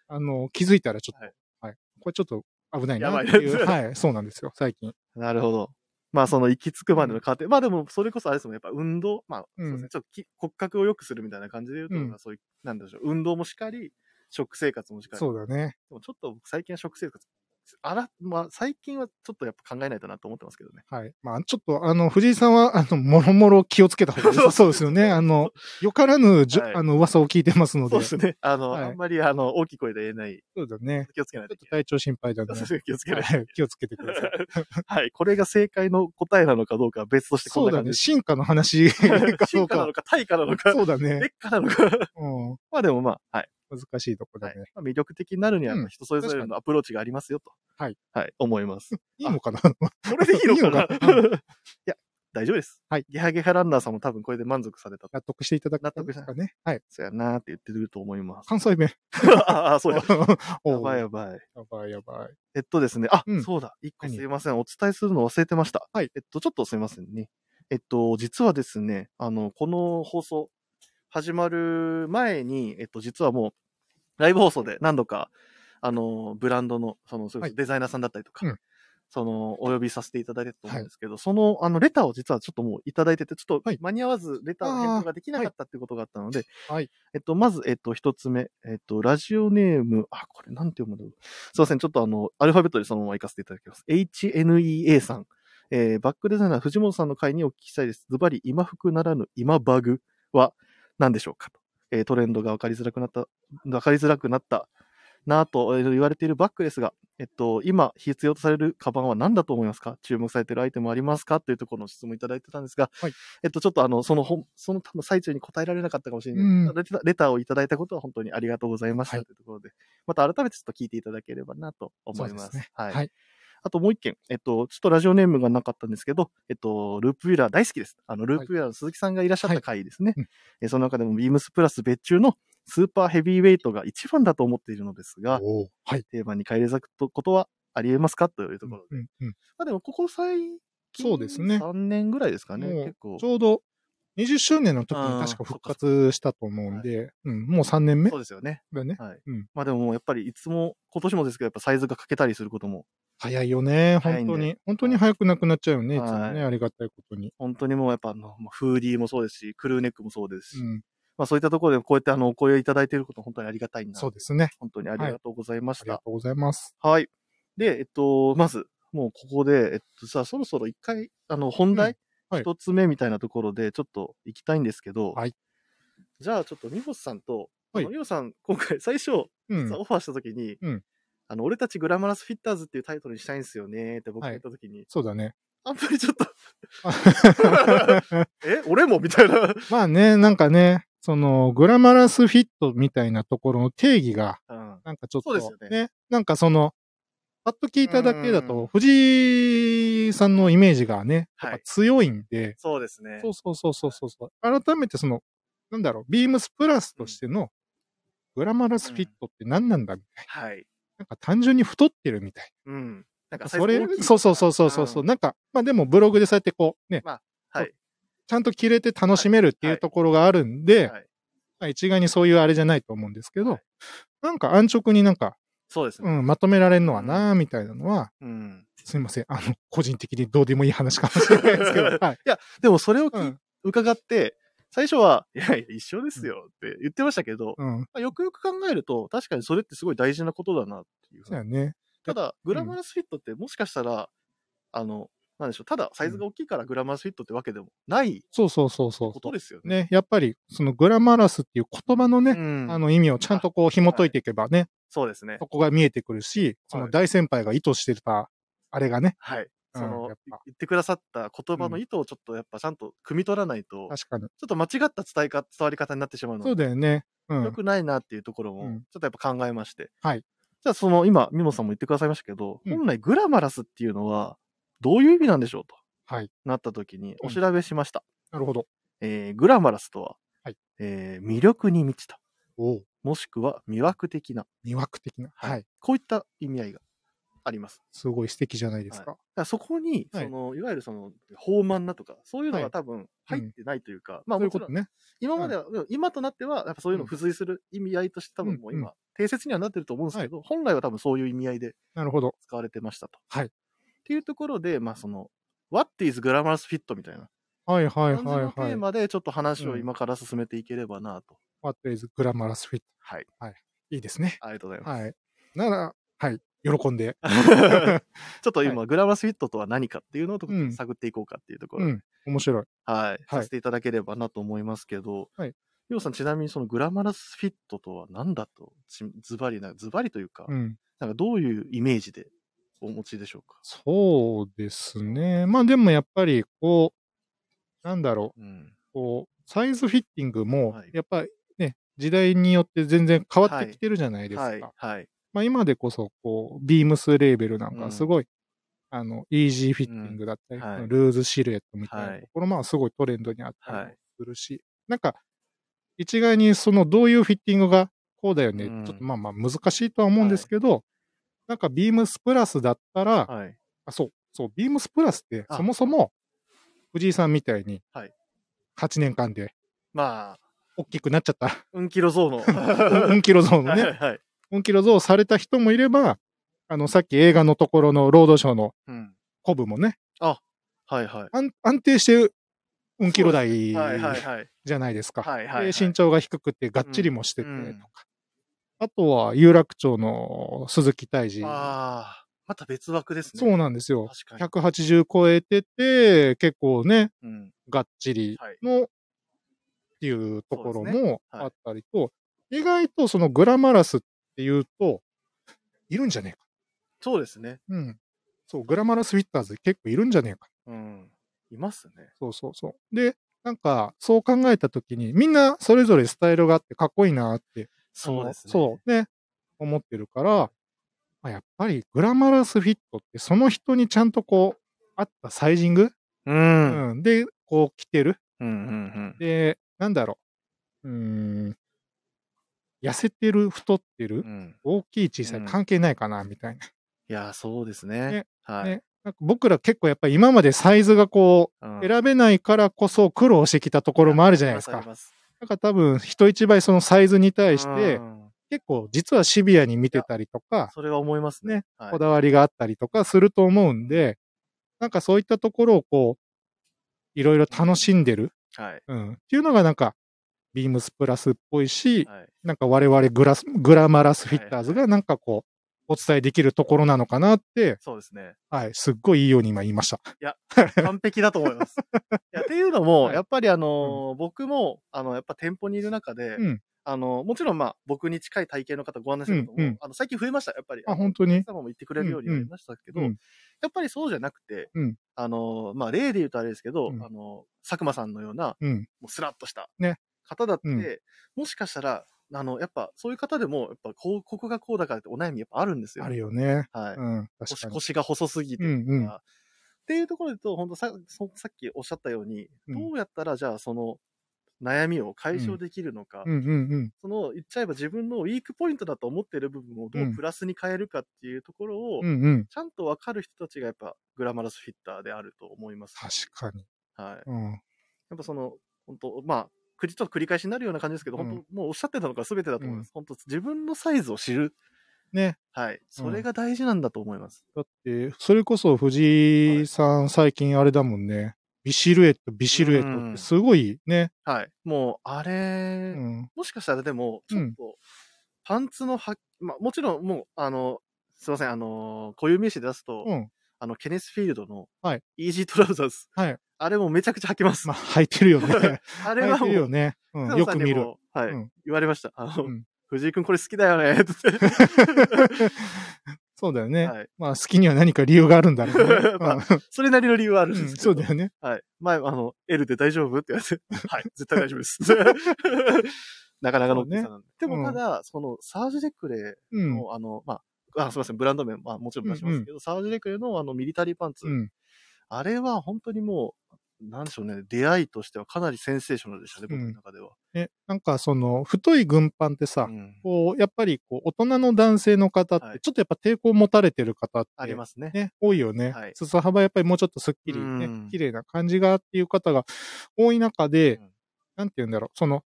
B: あの、気づいたらちょっと、
A: は
B: はい。これちょっと危ないなって
A: や
B: い
A: ば
B: う。
A: い
B: はい、そうなんですよ、最近。
A: なるほど。まあ、その行き着くまでの過程。まあでも、それこそあれですもん、やっぱ運動、まあ、そううんですね、ちょっとき骨格を良くするみたいな感じで言うと、
B: うん
A: まあそういう、なんでしょう、運動もしっかり、食生活もしっかり。
B: そうだね。
A: でもちょっと僕最近は食生活、あら、まあ最近はちょっとやっぱ考えないとなと思ってますけどね。
B: はい。まあ、ちょっと、あの、藤井さんは、あの、もろもろ気をつけた方が良さそうですよ ね。あの、よからぬじゅ、
A: はい
B: あの、噂を聞いてますので。
A: そうですね。あの、
B: はい
A: あんまりあの、大きい声で言えない、
B: そうだね。
A: 気をつけない
B: ち
A: とい
B: ょっ
A: け
B: と体調心配だね
A: な。い。そう気をつけない。
B: はい気をつけてくだ さい。
A: はい。これが正解の答えなのかどうかは別として こ
B: そうん
A: な
B: だ
A: 感じ
B: ね。
A: です。
B: 進化の 話かど
A: 進
B: う
A: 化なの
B: か。
A: か、対価なのか、
B: そうだね。
A: 劣化なのか。
B: うん。
A: まあでもまあ、はい。
B: 難しいとこ
A: は
B: だ
A: い
B: ね。
A: まあ、魅力的になるには
B: うん
A: 人それぞれのアプローチがありますよと。
B: はい。
A: はい、思い ます。
B: いいのかな
A: これで いいのか
B: いい
A: な
B: の
A: いや、大丈夫です。
B: はい。
A: ゲハゲハランナーさんも多分これで満足されたと。
B: 納得していただけた
A: 納得し
B: です
A: た
B: かね。はい。
A: そうやなーって言ってると思います。
B: 関西弁。
A: ああ、そうや。
B: おう
A: やばいやばい。
B: やばいやばい。
A: えっとですね、あ、
B: うん
A: そうだ、一個
B: 何
A: すいません、お伝えするの忘れてました。
B: はい
A: えっと、ちょっとすいませんね。えっと、実はですね、あの、この放送始まる前に、えっと、実はもう、ライブ放送で何度か、あの、ブランドの、その、それこ
B: は
A: そ
B: い
A: デザイナーさんだったりとか、
B: うん
A: その、お呼びさせていただいてたと思う
B: は
A: ん
B: い
A: ですけど、その、あの、レターを実はちょっともういただいてて、ちょっと
B: はい
A: 間に合わず、レターの返答ができなかったっていうことがあったので、
B: はい
A: えっと、まず、えっと、一つ目、えっと、ラジオネーム、あ、これなんて読むんだろう。すいません、ちょっとあの、アルファベットでそのまま行かせていただきます。HNEA さん。えーバックデザイナー藤本さんの回にお聞きしたいです。ズバリ、今服ならぬ今バグは何でしょうかと。えートレンドが分かりづらくなった、分かりづらくなったなぁとえー言われているバッグですが、えっと、今必要とされるカバンは何だと思いますか注目されているアイテムはありますかというところの質問いただいてたんですが、
B: はい
A: えっと、ちょっとあの、その本、その多分最中に答えられなかったかもしれない、
B: うん
A: レターレターをいただいたことは本当にありがとうございました
B: はい
A: というところで、また改めてちょっと聞いていただければなと思い
B: そう
A: ま。
B: ですすね
A: はい。
B: はい
A: あともう一件、えっと、ちょっとラジオネームがなかったんですけど、えっと、ループウィーラー大好きです。あの、ループウィーラーの鈴木さんがいらっしゃった回ですね。
B: はいうん
A: えその中でもビームスプラス別注のスーパーヘビーウェイトが一番だと思っているのですが、
B: おうはい。
A: テーマに返り咲くことはあり得ますかというところで。
B: うんうん
A: まあでも、ここ最近、
B: そうですね
A: 3年ぐらいですかね。
B: もう
A: 結構
B: ち。ょうど20周年の時
A: あー
B: に確か復活したと思うんで、うん、もう3年目
A: そうですよね。
B: だね。
A: はい。
B: うん
A: まあでもも、やっぱりいつも、今年もですけど、やっぱサイズが欠けたりすることも、
B: 早いよね、
A: 早い
B: 本
A: んで
B: 当に。本当に早くなくなっちゃうよね、いつ
A: はい
B: もね、ありがたいことに。
A: 本当にもうやっぱあの、まあフーディーもそうですし、クルーネックもそうですし、
B: うん、
A: まあそういったところでこうやってあの、お声をいただいていること本当にありがたいな。
B: そうですね。
A: 本当にありがとうございまし
B: ありが
A: た。
B: とうございます。
A: はい。で、えっと、まず、もうここで、えっと、さあそろそろ一回、あの、本題、
B: うんはい
A: 一つ目みたいなところで、ちょっと行きたいんですけど、
B: はい
A: じゃあちょっと、美穂さんと、
B: はい
A: あの美穂さん、今回、最初、
B: う
A: 実
B: ん
A: は。オファーしたときに、
B: うん
A: あの、俺たちグラマラスフィッターズっていうタイトルにしたいんですよねって僕が
B: は
A: 言
B: い
A: ったときに、
B: そうだね。
A: あんまりちょっと え、俺もみたいな。
B: まあね、なんかね、その、グラマラスフィットみたいなところの定義が、
A: うん
B: なんかちょっと、
A: そうですよね
B: なんかその、パッと聞いただけだ
A: うん
B: と、藤井さんのイメージがね、
A: はい
B: やっぱ強いんで、
A: そうですね。
B: そうそうそうそうそうそう。改めてその、なんだろう、ビームスプラスとしての、グラマラスフィットって何なんだみたい
A: はい。
B: な。なんか単純に太ってるみたい
A: うん。なん
B: な。
A: か
B: それ
A: 大き、い
B: そうそうそうそうそうそう。
A: ん
B: なんか、まあでもブログでそうやってこう、ね、
A: はい。
B: ちゃんと着れて楽しめるっていうところがあるんで、
A: はい
B: まあ一概にそういうあれじゃないと思うんですけど、
A: はい
B: なんか安直になんか、
A: そうです
B: う
A: ね。
B: ん、まとめられるのはなーみたいなのは、
A: うん。
B: すいません。あの、個人的にどうでもいい話かもしれないですけど、 はい。
A: でもそれを
B: う
A: 聞い
B: ん。
A: 伺って、最初は、いやいや、一緒ですよって言ってましたけど、
B: うん。
A: まあよくよく考えると、確かにそれってすごい大事なことだなっていうふう
B: そう
A: に。
B: やね。
A: ただ、グラマラスフィットってもしかしたら、あの、なんでしょう、ただサイズが大きいからグラマラスフィットってわけでもない
B: そうそうそうそう
A: こ。とですよね。
B: ね、やっぱり、そのグラマラスっていう言葉の
A: う
B: ね、
A: ん
B: あの意味をちゃんとこう紐解いていけばね、
A: そうですね
B: そ。こが見えてくるし、その大先輩が意図してた、あれがね、
A: はい。
B: う
A: そ
B: ん
A: の
B: やっ、ぱ
A: 言ってくださった言葉の意図をちょっとやっぱちゃんと汲み取らないと、ちょ
B: 確かに。
A: っと間違った伝えか、伝わり方になってしまうの
B: そう
A: で、
B: だよね。う
A: 良
B: ん。
A: くないなっていうところ
B: う
A: も
B: ん、
A: ちょっとやっぱ考えまして。
B: はい。
A: じゃあその、今、ミモさんも言ってくださいましたけど、
B: うん
A: 本来グラマラスっていうのは、どういう意味なんでしょうと
B: はい。
A: なった時に、
B: う
A: お
B: ん
A: 調べしました。
B: なるほど。
A: えーグラマラスとは、
B: はい
A: えー魅力に満ちた、
B: おお。
A: もしくは魅惑的な、
B: 魅惑的な。はい。
A: こういった意味合いがあります。
B: すごい素敵じゃないです
A: だ
B: か。
A: からそこに、
B: はい
A: その、いわゆるその、放慢なとか、そういうの
B: は
A: が
B: い
A: 多分入ってないというか、まあ
B: そ
A: も
B: ういうこ
A: ち
B: と
A: ろん、
B: ね。
A: 今までは、今となっては、やっぱそういうの付随する意味合いとして多分もう
B: うんう
A: 今、定説にはなってると思うんですけど、本来は多分そういう意味合いで
B: なるほど。
A: 使われてましたと。
B: はい
A: っていうところで、まあその、What is grammar's fit みたいな
B: はいはい
A: 感じ
B: はい
A: のテ
B: はい
A: ー。マでちょっと話を
B: うん
A: 今から進めていければなと。
B: What is glamorous fit?
A: はい。
B: いいですね。
A: ありがとうございます。
B: はい。なら、はい。喜 んで。
A: ちょっと今、グラマラスフィットとは何かっていうのを
B: うん
A: 探っていこうかっていうとこ
B: う
A: ろ、
B: ん。面白い。
A: はい、させていただければなと思いますけど、
B: はい
A: ようさん、ちなみにそのグラマラスフィットとは何だと、ちズバリな、ズバリというか、
B: うん。
A: なんかどういうイメージでお持ちでしょうか。
B: そうですね。まあでもやっぱり、こう、なんだろう。
A: うん。
B: こう、サイズフィッティングも
A: はい、
B: やっぱりね、時代によって全然変わってきてるじゃないですか。
A: はい、はい。
B: まあ今でこそ、こう、ビームスレーベルなん
A: う
B: か
A: ん
B: すごい、あの、イージーフィッティングだったり、
A: うんはい
B: ルーズシルエットみたい
A: は
B: ないところ、まあすごいトレンドにあったり
A: は
B: も
A: い。
B: するし、なんか、一概にそのどういうフィッティングがこうだよね、
A: うん
B: ちょっとまあまあ難しいとは思うんですけど、なんかビームスプラスだったら、
A: はい。
B: あそう、そう、ビームスプラスって
A: あ
B: そもそも藤井さんみたいに
A: はい、
B: 8年間で
A: まあ、
B: 大きくなっちゃ った、
A: うんキロゾ ー
B: う
A: の。
B: んキロゾーン
A: は
B: の
A: い、
B: ね、
A: はい。
B: うんキロゾーンされた人もいれば、あの、さっき映画のところのロードショーの
A: うん。
B: コブもね、
A: はい、はい。
B: 安安定してうんキロ台
A: はい、はい、はい。
B: じゃないですか。
A: はいはいはい
B: で身長が低くてがっちりもしててと
A: う
B: か。
A: んうん
B: あとは有楽町の鈴木泰治。
A: ああ、また別枠ですね。
B: そうなんですよ。
A: 確かに。
B: 180超えてて、結構ね、
A: うん。
B: がっちり
A: はい。
B: のっていうところ
A: そうです
B: も
A: はい
B: あったりと、意外とそのグラマラスっていうと、いるんじゃねえか。
A: そうですね。
B: うん。そう、グラマラスフィッターズ結構いるんじゃねえか。
A: うん。いますね。
B: そうそうそう。で、なんか、そう考えたときに、みんなそれぞれスタイルがあってかっこいいなって
A: そうですね。
B: そうね。思ってるから、まあ、やっぱりグラマラスフィットってその人にちゃんとこう、合ったサイジング、
A: う。
B: うん
A: うん
B: ん、で、こう着てる。
A: うんうん。
B: で、なんだろう。うーん。痩せてる、太ってる
A: う、ん、
B: 大きい、小さ
A: う
B: い、
A: ん
B: 関係ないかな、みたいな。
A: いやー、そうですね。
B: ね
A: はい、
B: ねなんか僕ら結構やっぱり今までサイズがこ
A: うん
B: う、選べないからこそ苦労してきたところもあるじゃないです
A: あ
B: か
A: り。ます
B: なんか多分、人一倍そのサイズに対し
A: あり
B: て
A: ま、すうん
B: 結構実はシビアに見てたりとか、
A: それは思いますね。
B: ね
A: はい
B: こだわりがあったりとかすると思うんで、なんかそういったところをこう、いろいろ楽しんでる、
A: はい。
B: うん、っていうのがなんか、ビームスプラスっぽいし、
A: はい。
B: なんか我々グラスグラマラスフィッターズがなんかこう、お伝えできるところなのかなって、
A: そうですね。
B: はい、すっごいいいように今言いました。
A: 完璧だと思い ます。いやっていうのも、
B: はい
A: やっぱりあのー僕も、あの、やっぱ店舗にいる中で、
B: うん
A: あの、もちろんまあ、僕に近い体型の方ご案内することも、
B: うんうん
A: あの、最近増えました、やっぱり。
B: あ、本当に
A: お。客様も言ってくれるようになりましたけど、
B: うんうん
A: やっぱりそうじゃなくて、
B: うん
A: あの、まあ、例で言うとあれですけど、
B: うん
A: あの、佐久間さんのような、
B: うん。
A: もうスラッとした
B: ね
A: 方だって、
B: うん
A: もしかしたら、あの、やっぱそういう方でも、やっぱこう、ここがこうだからってお悩みやっぱあるんですよ。
B: あるよね。
A: はい。
B: うん。確
A: 腰
B: かに。
A: 腰が細すぎて
B: う
A: とか、
B: んうん
A: っていうところで言うと、本当さそさっきおっしゃったように、
B: うん
A: どうやったらじゃあその悩みを解消できるのか、
B: うんうんうん。
A: その言っちゃえば自分のウィークポイントだと思ってる部分をどううんプラスに変えるかっていうところを、
B: うんうん。
A: ちゃんと分かる人たちがやっぱグラマラスフィッターであると思います。
B: 確かに。
A: はい。
B: うん。
A: やっぱその、本当まあ、くりちょっと繰り返しになるような感じですけど、
B: うん
A: 本当もうおっしゃってたのが全てだと思います。本当自分のサイズを知る。
B: ね。
A: はい。それが大事なんだと思います。
B: だって、それこそ藤井さん、最近あれだもんね。ビシルエット、ビシルエットってすごいね。
A: はい。もう、あれ、
B: うん。
A: もしかしたらでも、ちょっと、パンツのは、まあ、もちろん、もう、あの、すいません、あの、固有名詞で出すと、
B: うん。
A: あの、ケネスフィールドの、
B: はい
A: イージートラウザーズ。
B: はい
A: あれもめちゃくちゃ履きます。
B: まあ、履いてる よね。
A: あれ
B: 履
A: はい
B: て
A: もう、
B: るよね。うん。
A: 草野
B: よ
A: さ
B: く
A: んに
B: 見る。
A: もはい、
B: うん
A: 言われました。あの、
B: うん
A: 藤井くんこれ好きだよね、って。
B: そうだよね。
A: はい
B: まあ、好きには何か理由があるんだろうね
A: まあそれなりの理由はあ
B: う
A: る
B: ん
A: ん
B: う
A: で
B: ん。
A: すけど。
B: そうだよね。
A: はい。前、あの、L で大丈夫って言われ て、はい、絶対大丈夫です。なかなかの大きさなんで。で
B: うん
A: もただ、その、サージュデクレ
B: うん。
A: の、あの、まあ、あすみません、ブランド名、まあ、もちろん出しますけど、サージュデクレのあの、ミリタリーパンツ、
B: うん。
A: あれは本当にもう、なんでしょうね、出会いとしてはかなりセンセーショナルでしたね、
B: うん
A: 僕の中では。
B: ね、なんかその、太い軍パンってさ、
A: うん
B: こう、やっぱりこう、大人の男性の方っ
A: は
B: て、
A: い
B: ちょっとやっぱ抵抗を持たれてる方って、
A: ありますね。
B: ね、多いよね。
A: はい
B: 裾幅やっぱりもうちょっとすっきり
A: う
B: ね
A: ん、
B: 綺麗な感じがっていう方が多い中で、
A: うん
B: なんて言うんだろう、その、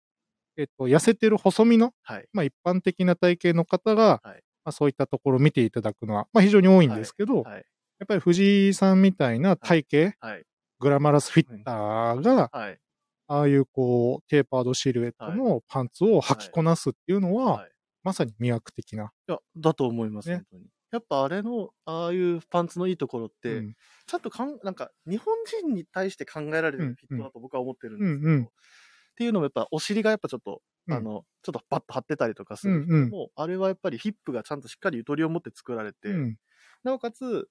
B: えっと、痩せてる細身の、
A: はい。
B: まあ一般的な体型の方が、
A: はい
B: まあそういったところを見ていただくのは、まあ非常に多いんですけど、
A: はい。
B: やっぱり藤井さんみたいな体型、
A: はい。
B: グラマラスフィッターが、
A: はい。
B: ああいうこう、テーパードシルエットのパンツを履きこなすっていうのは、
A: はい
B: まさに魅惑的な。
A: いや、だと思います、
B: ね
A: 本当に。やっぱあれの、ああいうパンツのいいところって、
B: うん
A: ちゃんとかん、なんか、日本人に対して考えられ
B: う
A: る
B: ん
A: フィットだと僕は思ってるんですけど、
B: うんうん
A: っていうのもやっぱお尻がやっぱちょっと、
B: うん
A: あの、ちょっとパッと張ってたりとかする人
B: うんうん
A: も、あれはやっぱりヒップがちゃんとしっかりゆとりを持って作られて、
B: うん
A: なおかつ、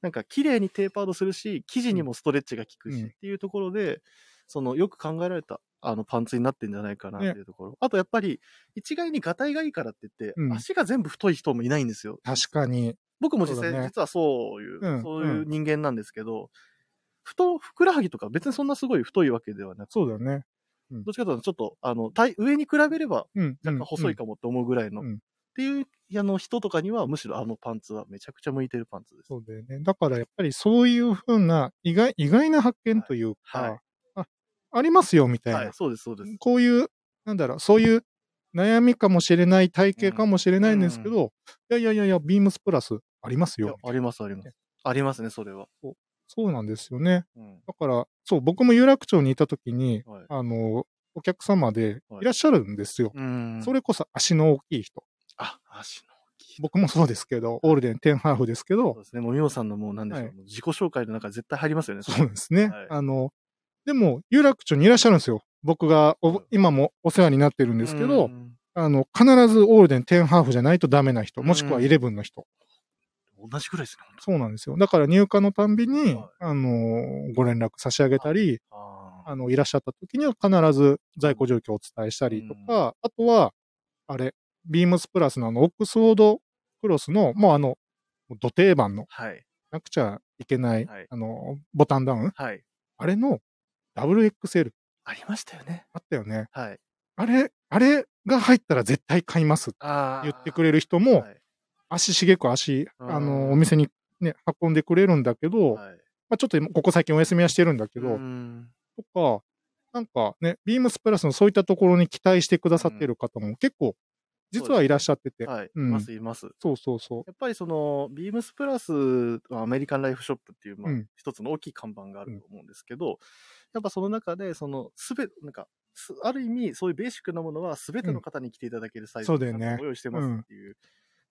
A: なんか綺麗にテーパードするし、生地にもストレッチが効くし、
B: うん
A: っていうところで、そのよく考えられたあのパンツになってんじゃないかなっていうところ。あとやっぱり、一概にガタイがいいからって言って、
B: うん
A: 足が全部太い人もいないんですよ。
B: 確かに。
A: 僕も実
B: そ
A: 際、
B: うだね
A: 実はそういう、
B: うん
A: そういう人間なんですけど、ふと、ふくらはぎとか別にそんなすごい太いわけではなく、
B: そうだよね。
A: どっちかというとちょっと、あの、体上に比べれば
B: うん。
A: 若干細いかもって思うぐらいの、
B: うんうん
A: っていう、あの人とかにはむしろあのパンツはめちゃくちゃ向いてるパンツです。
B: そうだよね。だからやっぱりそういうふうな意外意外な発見というか、
A: はいはい
B: あありますよみたいな、
A: はい、そうです、そうです。
B: こういう、なんだろう、そういう悩みかもしれない体型かもしれないんですけど、いやいやいやいや、ビームスプラスあります
A: いや
B: よ。
A: あります、あります。ありますね、それは。
B: そうなんですよね。
A: うん。
B: だから、そう、僕も有楽町にいた時に、
A: はい。
B: あの、お客様で
A: はい
B: いらっしゃるんですよ。
A: うん
B: それこそ足の大きい人。
A: あ、足の。
B: 僕もそうですけど、オールデン、テンハーフですけ
A: そう
B: ど、
A: ですね。もう、みおさんのもう、なんでしょう。
B: はい
A: もう自己紹介の中に絶対入りますよね。
B: そうですね。
A: はい
B: あの、でも、有楽町にいらっしゃるんですよ。僕がお
A: うん
B: 今もお世話になってるん
A: う
B: ですけど、
A: ん
B: あの、必ずオールデン10ハーフじゃないとダメな人、もしくは
A: うん
B: イレブンの人。
A: 同じぐらいですね、本
B: そうなんですよ。だから入荷のたんびに、
A: はい
B: あの、ご連絡差し上げたり、
A: 当あー
B: あの、いらっしゃった時には必ず在庫状況をお伝えしたりとか、
A: うん
B: あとは、あれ、ビームスプラスのあの、オックスフォードクロスの、もうあの、土定番の、
A: はい。
B: なくちゃいけない、
A: はい
B: あの、ボタンダウン、
A: はい。
B: あれの WXL
A: ありましたよね。
B: あったよね。
A: はい。
B: あれ、あれが入ったら絶対買いますって
A: あ
B: 言ってくれ
A: る
B: る人も、足しげく足、
A: うん
B: あの、お店にね、運んでくれるんだけど、
A: はい。はい。
B: まあちょっと今ここ最近お休みはしてるんだけど、
A: うん
B: とか、なんかね、ビームスプラスのそういったところに期待してくださってる方も結構、実はいらっしゃってて、
A: はい。い
B: うん
A: ます、います。
B: そうそうそう。
A: やっぱりその、ビームスプラスはアメリカンライフショップっていう、まあ
B: うん、
A: 一つの大きい看板があると思うんですけど、やっぱその中で、その、すべ、なんか、すある意味、そういうベーシックなものは、すべての方に来ていただけるサイズ
B: そうだよね
A: ご用意してますっていう。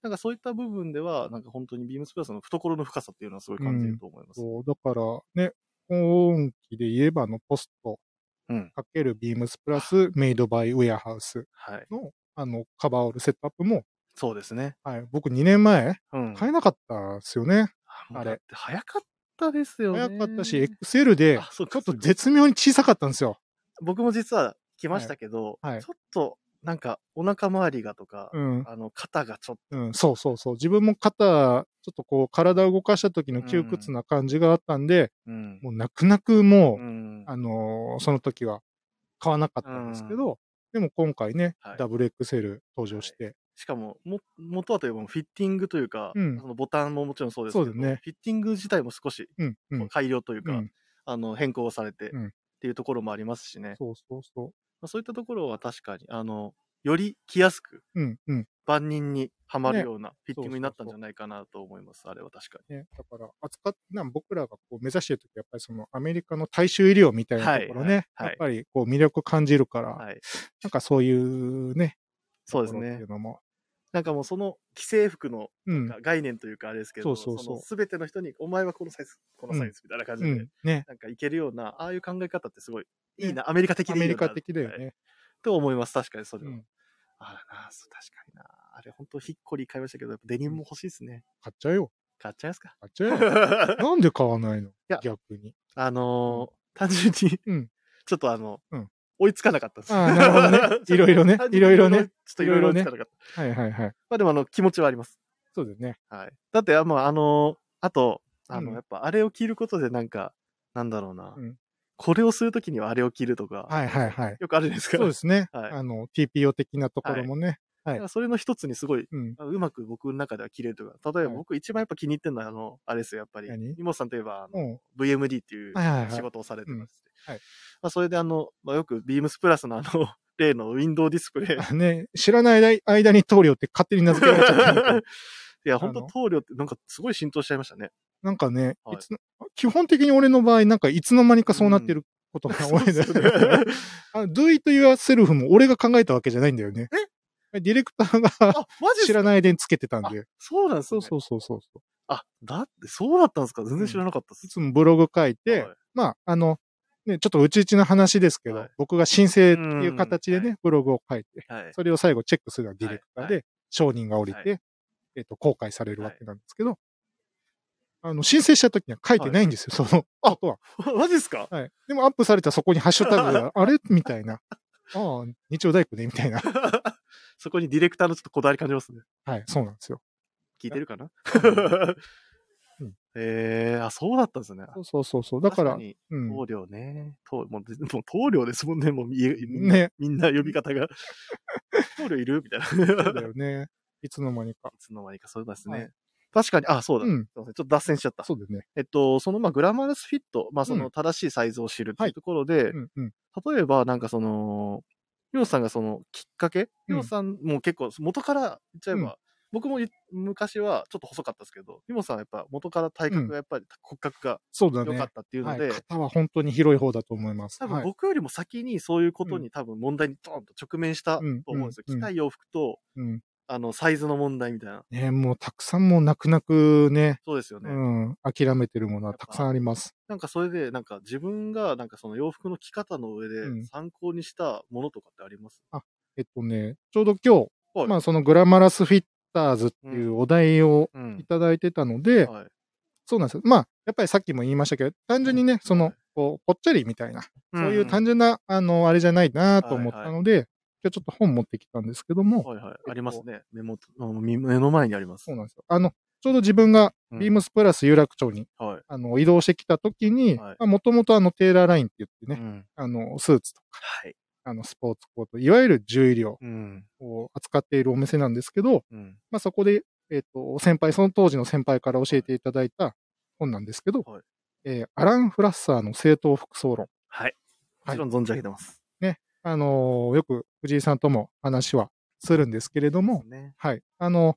A: なんかそういった部分では、なんか本当にビームスプラスの懐の深さっていうのはすごい感じると思います。
B: そうだからね、今期で言えばあのポスト
A: うん
B: かけるビームスプラスメイドバイウェアハウス
A: はい。
B: のあのカバーオールセットアップも、
A: そうですね。
B: はい、僕2年前
A: うん。
B: 買えなかったですよね。
A: もう
B: あれ
A: だって早かったですよね。
B: 早かったし、XL で
A: あ、そう
B: ちょ
A: か
B: っと絶妙に小さかったんですよ。
A: 僕も実は来ましたけど、
B: はいはい
A: ちょっと、なんか、お腹周りがとか、
B: うん。
A: あの、肩がちょっと
B: うん、そうそうそう。自分も肩、ちょっとこう、体を動かした時の窮屈な感じがあったんで、
A: うん。
B: もう泣く泣くも
A: う
B: う、
A: ん
B: あのーその時は買わなかったんですけど、でも今回ね、
A: はい
B: WXL 登場して、
A: しかも、も、元はといえばフィッティングというか、
B: うん
A: そのボタンももちろんそうですけど、
B: そうだね
A: フィッティング自体も少し
B: うん、うん。
A: 改良というか、
B: うん
A: あの、変更されて、
B: うん
A: っていうところもありますしね。
B: そうそうそ
A: まあそういったところは確かに、あの、より着やすく、
B: う。うん、うん。
A: 万人にはまる
B: ね
A: ようなフィッティン
B: そうそうそ
A: グ
B: う
A: になったんじゃないかなと思います。あれは確か
B: ね、だから、扱っなん僕らがこう目指してるとき、やっぱりそのアメリカの大衆医療みたいなところね、
A: はいはいはい
B: やっぱりこう魅力感じるから、
A: に。はい。
B: なんかそういうね、
A: そうです
B: ところって
A: ね
B: い。うのも、
A: なんかもうその既製服の
B: うん、
A: 概念というかあれですけど、
B: そうそうそう
A: すべての人に、お前はこのサイズ、このサイズみたいな感じ
B: う
A: で、
B: ん、ね、
A: なんかいけるような、ああいう考え方ってすごいいいな、アメリカ的
B: ア
A: でい
B: メ
A: い
B: リ
A: な
B: カ的だよ
A: はい
B: ね。
A: と思います、確かにそれ
B: う
A: は。
B: ん、
A: あらな、そう確かにな。あれ、本当ひっこり買いましたけど、やっぱデニムも欲しいですね。
B: 買っちゃえよ、
A: 買っちゃいますか。
B: 買っちゃえよ。なんで買わないの
A: や
B: 逆に。
A: あのー、単純に、
B: うん
A: ちょっとあの、
B: うん
A: 追いつかなかったです。
B: あーなるほどね
A: ちょっと
B: いろいろね
A: 単純に
B: いろいろね
A: ちょっといろいろ追いつかなかった。
B: はいはいはい。
A: まあでも、あの、気持ちはあります。
B: そうだよね。
A: はい。だって、あまあ、あのー、あと、あの、
B: うん
A: やっぱ、あれを着ることで、なんか、なんだろうな、
B: うん
A: これをするときにはあれを切るとか、
B: はいはいはい。
A: よくあるじゃないですか。
B: そうですね。
A: はい
B: あの、TPO 的なところもね。
A: だからそれの一つにすごい、
B: うん。
A: うまく僕の中では切れるとか、例えば
B: はい
A: 僕一番やっぱ気に入ってるのは、あの、あれですよ、やっぱり。
B: 何
A: イモさんといえば、あの
B: も
A: VMD っていう
B: う、はいはいはい。
A: 仕事をされてまして。
B: うんはい
A: まあ、それであの、まあ、よくビームスプラスのあの、 例のウィンドウディスプレイ。
B: あね、知らない間に棟梁って勝手に名付けられちゃったな んか。
A: いや、本当棟梁ってなんかすごい浸透しちゃいましたね。
B: なんかね、
A: はい
B: いつの基本的に俺の場合、なんかいつの間にかそうなってることが多いで
A: そうですよね
B: あの Do it yourself も俺が考えたわけじゃないんだよね。ディレクターが
A: あ、マジっす
B: 知らない間につけてたんで。
A: そうなんです
B: そ
A: ね。
B: うそうそうそう。
A: あ、だって、そうだったんですか全然知らなかったっす。
B: いつもブログ書いて、
A: はい
B: まあ、あの、ね、ちょっとうちうちの話ですけど、
A: はい
B: 僕が申請っていう形で
A: うん
B: ね、ブログを書いて、
A: はい。
B: それを最後チェックするのはディレクターで、承認が降りて、
A: は
B: えっ、と、公開されるわけなんですけど、あの、申請した時には書いてないんですよ、そのことは。
A: マジっすか
B: はい。でもアップされたそこにハッシュタグが、あれみたいな。ああ、日曜大工ね、みたいな。
A: そこにディレクターのちょっとこだわり感じますね。
B: はい、そうなんですよ。
A: 聞いてるかな
B: うん
A: ええー、あ、そうだったんですね。
B: そうそうそうそう。だから、
A: 確に
B: うん。
A: 棟梁ね。棟もう、でもう棟梁ですもんね。もう、い
B: ね、
A: みんな呼び方が。棟梁いるみたい
B: そうだ
A: な。い
B: よね。いつの間にか。
A: つの間にか、そうなんですね。
B: はい
A: 確かに、あ、そうだ。
B: う
A: すいま
B: ん。
A: せんちょっと脱線しちゃった。
B: そうだよね。
A: えっと、その、まあ、グラマラスフィット、まあ、そうの、正しいサイズを知るっていうところで、
B: うんうん。
A: 例えば、なんかその、りょうさんがそのきっかけ、
B: うん
A: りょうさんも結構元から言っちゃえば、
B: うん
A: 僕もい昔はちょっと細かったですけど、りもさんはやっぱ元から体格がやっぱり骨格が
B: そうだ
A: 良
B: ね
A: かっ。たっていうので、
B: はい、肩は本当に広い方だと思います。
A: 多分
B: はい、
A: 僕よりも先にそういうことに多分問題にドーンと直面したと思うんですよ。
B: うんうん
A: 着たい洋服と、
B: うん。
A: あの、サイズの問題みたいな。
B: ねもうたくさんもう泣く泣くね、
A: そうですよね。
B: うん、諦めてるものはたくさんあります。
A: なんかそれで、なんか自分がなんかその洋服の着方の上
B: う
A: で
B: ん
A: 参考にしたものとかってあります、
B: えっとね、ちょうど今日、
A: はい
B: まあそのグラマラスフィッターズっていうお題を
A: うん
B: いただいてたので、
A: はい。
B: そうなんですよ。まあ、やっぱりさっきも言いましたけど、単純にね、そ
A: は
B: の
A: い、
B: こう、ぽっちゃりみたいな、そういう単
A: 純、
B: 純な、あの、あれじゃないなと思ったので、今日ちょっと本持ってきたんですけども、
A: はいはい。ありますね。メモと、あのみ目の前にあります。
B: そうなんですよ。あの、ちょうど自分が、
A: うん
B: ビームスプラス有楽町に、
A: は
B: あの、移動してきた時に、
A: はい
B: もともとあの、テーラーラインって言って
A: い。
B: ね、
A: うん
B: あの、スーツとか、
A: はい。
B: あの、スポーツコート、いわゆる重量
A: うん。
B: を扱っているお店なんですけど、
A: うん。
B: まあ、そこで、えっ、と、先輩、その当時の先輩から教えていただいた本なんですけど、
A: はい
B: えーアラン・フラッサーの正当服装論。
A: はい。も
B: は
A: ち
B: い
A: ろん存じ上げてます。
B: あのーよく藤井さんとも話はするんですけれども、
A: ね。
B: はい。あの、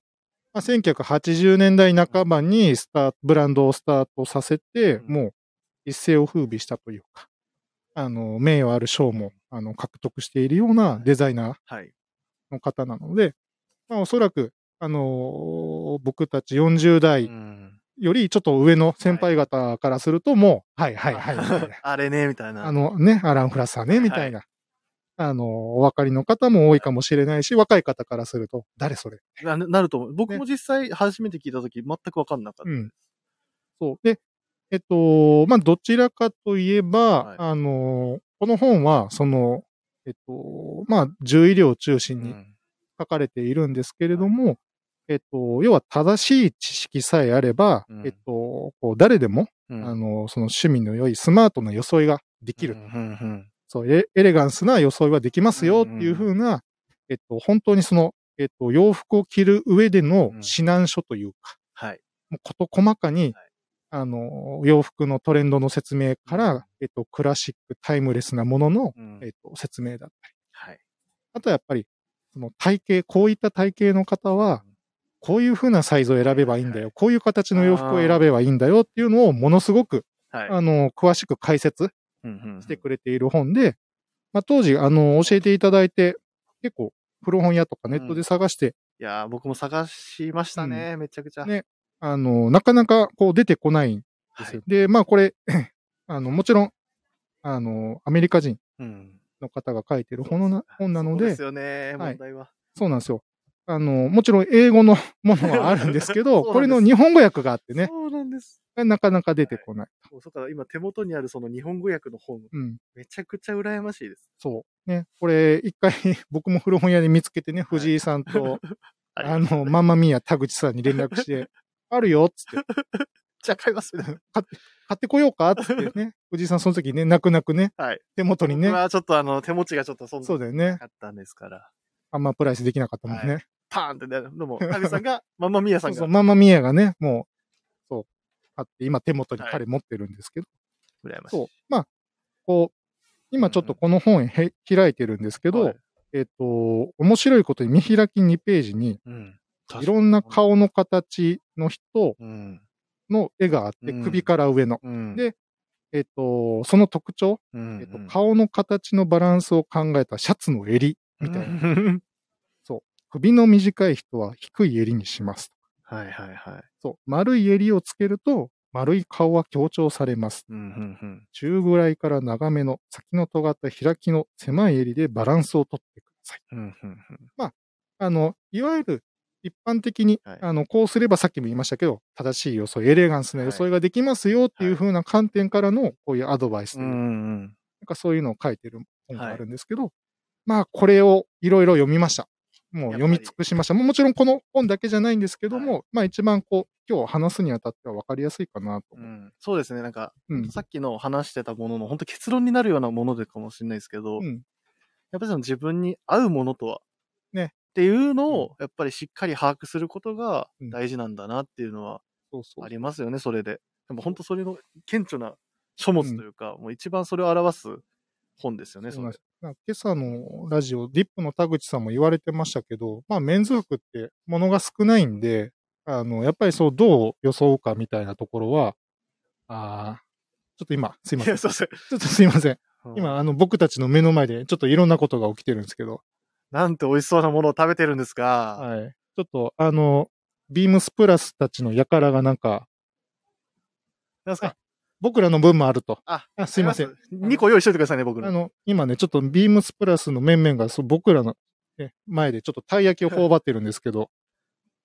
B: まあ、1980年代半ばにスターブランドをスタートさせて、
A: うん
B: もう一世を風靡したというか、あの、名誉ある賞も、あの、獲得しているようなデザイナー
A: はい。
B: の方なので、まあ、おそらく、あのー僕たち40代
A: ん。
B: よりちょっと上の先輩方からすると、もう、はいはいはいみたいな。
A: あれね、みたいな。
B: あのね、アラン・フラッサーね、みたいな。あの、お分かりの方も多いかもしれないし、若い方からすると、誰それ
A: な、なると思う。僕も実際初めて聞いたとき、全くわかんなかった。
B: うん。そう。で、えっと、まあ、どちらかといえば、
A: はい
B: あの、この本は、その、えっと、まあ、獣医療を中
A: う
B: 心に
A: ん
B: 書かれているんですけれども、えっと、要は正しい知識さえあれば、
A: うん
B: えっと、こう誰でも、
A: うん
B: あの、その趣味の良いスマートな装いができる。
A: うんうんうん
B: そうエレ、エレガンスな装いはできますよっていうふうな、えっと、本当にその、えっと、洋服を着る上での指南書というか、
A: はい。
B: もう事細かに、あの、洋服のトレンドの説明
A: う
B: か
A: ん
B: ら、えっと、クラシック、タイムレスなものの、
A: うん
B: えっと、説明だったり。
A: はい。
B: あとはやっぱり、その体型、こういった体型の方は、こういう風なサイズを選べばいいんだよ。こういう形の洋服を選べばいいんだよっていうのを、ものすごく、
A: はい。
B: あの、詳しく解説
A: し
B: してくれている本で、まあ、当時、あの、教えていただいて、結構、古本屋とかネットで探して、
A: いやー、僕も探しましたね、めちゃくちゃ。
B: ねあの、なかなかこう出てこないで
A: は
B: す
A: い
B: よ。で、まあこれ、 あの、もちろん、あの、アメリカ人
A: うん。
B: の方が書いてる本な本なの
A: そう
B: で、
A: で
B: そ
A: すよね、
B: は
A: 問
B: い
A: 題は。
B: うなんですよ。あの、もちろん英語のものはあるんです け
A: そうなん
B: ど、
A: です
B: これの日本語訳があってね、
A: そうなんです。
B: なかなか出てこない。
A: もうそっか、今手元にあるその日本語訳の本、
B: うん。
A: めちゃくちゃ羨ましいです。
B: そう。ね、これ、一回 僕も古本屋で見つけてね、
A: い
B: 藤井さんと、
A: ありがと
B: あ
A: うございます
B: の、ママミヤ田口さんに連絡して、あるよ、っつって。
A: ちゃ買いますみたいな。
B: 買ってこようかって言ってね。 藤井さん、その時ね、泣く泣くね、
A: はい
B: 手元にね
A: 僕。はちょっとあの、手持ちがちょっとそん
B: そう
A: な
B: だよね。
A: かったんですから。
B: あんまプライスできなかったもんね。
A: パーンってなるの も、ハルさん が、ママミヤさ
B: そ
A: ん
B: うそう、
A: が
B: ママミヤがね、もう、そう、買って、今手元に彼持ってるんですけど、
A: 羨ましい。
B: そう、まあ、こう、今ちょっとこの本へ開いてるんですけど、
A: はい
B: えっ、と、面白いことに見開き2ページに、
A: うん。
B: いろんな顔の形の人
A: うん。
B: の絵があっ
A: う
B: て、
A: ん
B: 首から上の。
A: うん。
B: でえっ、と、その特徴、
A: うん、
B: えっと、顔の形のバランスを考えたシャツの襟みたいな。
A: な。うん
B: 首の短い人は低い襟にします。
A: はいはいはい。
B: そう。丸い襟をつけると、丸い顔は強調されます。
A: うん、うん、うん。
B: 中ぐらいから長めの先の尖った開きの狭い襟でバランスをとってください。
A: うん、うん、うん。
B: あの、いわゆる一般的に、
A: はい
B: あの、こうすればさっきも言いましたけど、正しい装い、エレガンスな装いができますよっていう風な観点からの、こういうアドバイスといううか
A: ん、
B: なんかそういうのを書いてる本があるんですけど、まあこれをいろいろ読みました。もう読み尽くしました。もうもちろんこの本だけじゃないんですけども、まあ一番こう、今日話すにあたっては分かりやすいかなと。
A: うんうん。そうですね。なんか、
B: うん。
A: さっきの話してたものの、本当結論になるようなものでかもしれないですけど、
B: う
A: やっ
B: ん
A: ぱりその自分に合うものとは、
B: ね
A: っていうのを、やっぱりしっかり把握することが
B: うん
A: 大事なんだなっていうのは
B: そうそう
A: あ。りますよね、それで。でも本当それの顕著な書物というか、もう一番それを表す本ですよね、
B: そ
A: そう
B: なん
A: れ
B: ですなんか今朝のラジオ、ディップの田口さんも言われてましたけど、まあメンズ服ってものが少ないんで、あの、やっぱりそう、どう装うかみたいなところは、ああ、ちょっと今、すい
A: い
B: ません。
A: や、
B: ち ょ
A: そうそう。
B: っとすいま せん。
A: うん
B: 今、あの、僕たちの目の前で、ちょっといろんなことが起きてるんですけど、
A: なんて美味しそうなものを食べてるんですか。
B: はい。ちょっと、あの、ビームスプラスたちの輩がなんか、
A: なんですか
B: 僕らの分もあると。
A: あ、
B: すいません。。
A: 2個用意しといてくださいね、僕
B: あ
A: の。
B: の、今ね、ちょっとビームスプラスの面々がそう僕らの、ね、前でちょっとたい焼きを頬張ってるんですけど、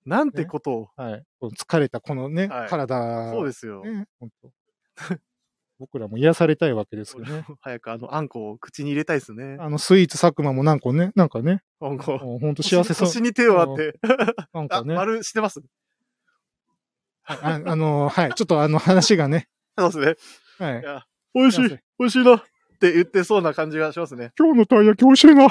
A: なんてことを。
B: はい。この疲れたこのね、
A: はい
B: 体、
A: そうですよ。
B: ね、本当僕らも癒されたいわけですよね。
A: 早くあの、あんこを口に入れたいですね。
B: あの、スイーツ佐久間もなんかね、なんかね、
A: あんこ。
B: もう本当幸せそ う。
A: 腰に腰に手を当て。
B: なんか
A: あ、
B: ね、
A: 丸してます。
B: ああの、はい。ちょっとあの話がね、
A: そうですね。
B: はい
A: いや。美味し
B: すいま
A: い
B: せん、
A: 美味しいなって言ってそうな感じがしますね。
B: 今日のたい焼き美味しいな。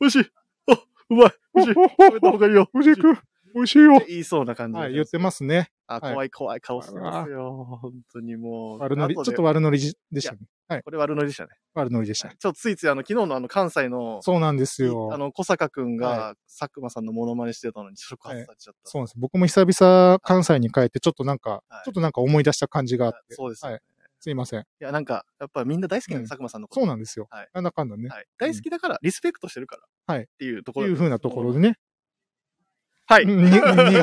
A: 美味しい。あ、うまい。美 味しい。食べた方がいいよ。
B: 藤井君、美味しいよ
A: って。言いそうな感じが
B: はい、
A: し
B: 言
A: ま
B: っ
A: す。
B: てますね。
A: あ、
B: はい
A: 怖い怖い顔してますよ。本当にもう。
B: 悪ノリ、ちょ
A: 後
B: っ
A: で
B: と悪ノリじでしたね。
A: これ悪ノリでしたね。
B: 悪ノリでした。
A: ちょっとついついあの、昨日のあの、関西の、
B: そうなんですよ
A: あ。の、小坂くん
B: は
A: が佐久間さんのモノマネしてたのに触発されちゃった。
B: そうなんです。僕も久々関西に帰って、ちょっとなんか、
A: はい
B: ちょっとなんか思い出した感じがあっ
A: あ
B: て、
A: そうですよね、
B: はいすいません。
A: いや、なんか、やっぱみんな大好きなん
B: う
A: で
B: ん
A: 佐久間さんのこと。
B: そうなんですよ。
A: はい
B: なんだかんだね。
A: はい、大好きだから、リスペクトしてるから。
B: はい
A: っていうと
B: と
A: ころ
B: い
A: だ
B: う
A: と
B: ふ
A: 思
B: うんな
A: すけどは
B: ところでね。
A: い。
B: うんに苦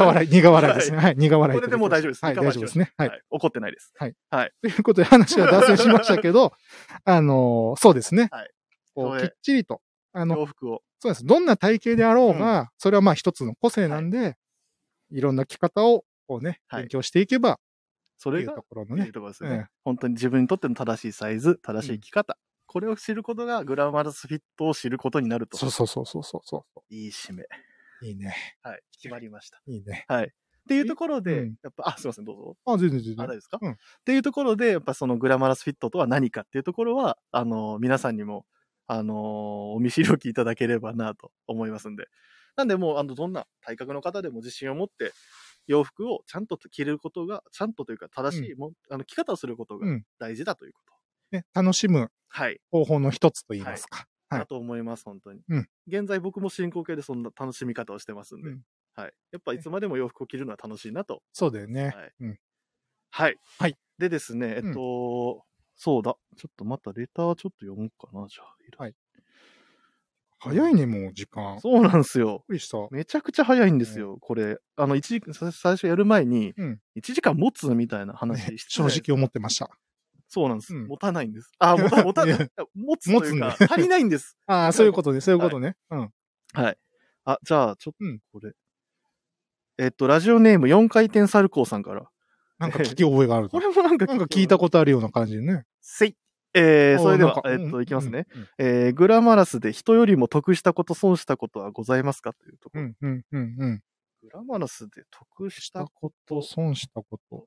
B: 笑い、苦笑いですね。はい、苦笑い。
A: これでもう大丈夫です
B: はい、
A: 苦笑
B: 大
A: い
B: 丈夫ですね。はい。
A: はい怒ってないです。
B: ということで話は脱線しました けど、あのーそうですね。
A: はい
B: こう
A: そ
B: き
A: れ
B: っちりと、あの、
A: 洋服を。
B: そうです。どんな体型であろうが、それはまあ一つの個性なんで、い、ろんな着方をこうね、
A: はい
B: 勉強していけば、
A: そ
B: とい
A: れ
B: う
A: が、
B: と
A: っ
B: ころ
A: て
B: の
A: いう
B: ね。
A: ところです
B: う
A: よね
B: ん。
A: 本当に自分にとっての正しいサイズ、正し
B: うん
A: い着方。これを知ることがグラマラスフィットを知ることになると
B: そ。うそうそうそうそうそ
A: いい締め。
B: う。いいね。
A: はい。決まりました。
B: いいね。
A: はい。っていうところで、
B: うん
A: やっぱ、あ、すいません、どうぞ。
B: あ、全然全
A: あ、大
B: 然
A: 丈夫。ですか、
B: うん
A: っていうところで、やっぱそのグラマラスフィットとは何かっていうところは、あの、皆さんにも、あの、お見知りおきいただければなと思いますんで。なんでもう、あの、どんな体格の方でも自信を持って、洋服をちゃんと着れることが、ちゃんとというか正しいもん、あの、着方をすることが
B: うん
A: 大事だということ。
B: ね、楽しむ
A: はい。
B: 方法の一つと言いますか。はい
A: だと思います、本当に。
B: うん
A: 現在僕も進行形でそんな楽しみ方をしてますんで。
B: うん
A: はい。やっぱいつまでも洋服を着るのは楽しいなと
B: そうだよね。
A: はい。
B: うん
A: はい。
B: はい
A: でですね、えっと、そうだ。ちょっとまたレターちょっと読もうかな、じゃあ。
B: はい早いね、もう時間。びっ
A: そうなんですよ。
B: くりした。
A: めちゃくちゃ早いんですよ、これ。あの、一時、さ最初やる前に
B: うん、
A: 1時間持つみたいな話
B: ね
A: してたじゃ
B: 正
A: ないですか
B: 直思ってました。
A: そうなんです。
B: うん
A: 持たないんです。あ、持た、持たない
B: いや。
A: 持つというか
B: 持つ、んだ
A: 足りないんです。
B: ああ、そういうことね、そういうことね。うん。
A: はい。あ、じゃあ、ちょっ
B: うん
A: と、これ。えっと、ラジオネーム4回転サルコーさん から。
B: なんか聞き覚えがあ る
A: こ
B: と。
A: れもなんか
B: なんか聞いた
A: こ
B: ことあるような感じでね。
A: と。せい。えー、それで
B: お
A: は
B: ー、な
A: え
B: んか
A: っと、いきますね。。
B: うん
A: えーグラマラスで人よりも得したこと、損したことはございますかというとこ
B: う
A: ろ。
B: ん、うん、うん、うん。
A: グラマラスで得した
B: した
A: こ
B: こと、損したこと。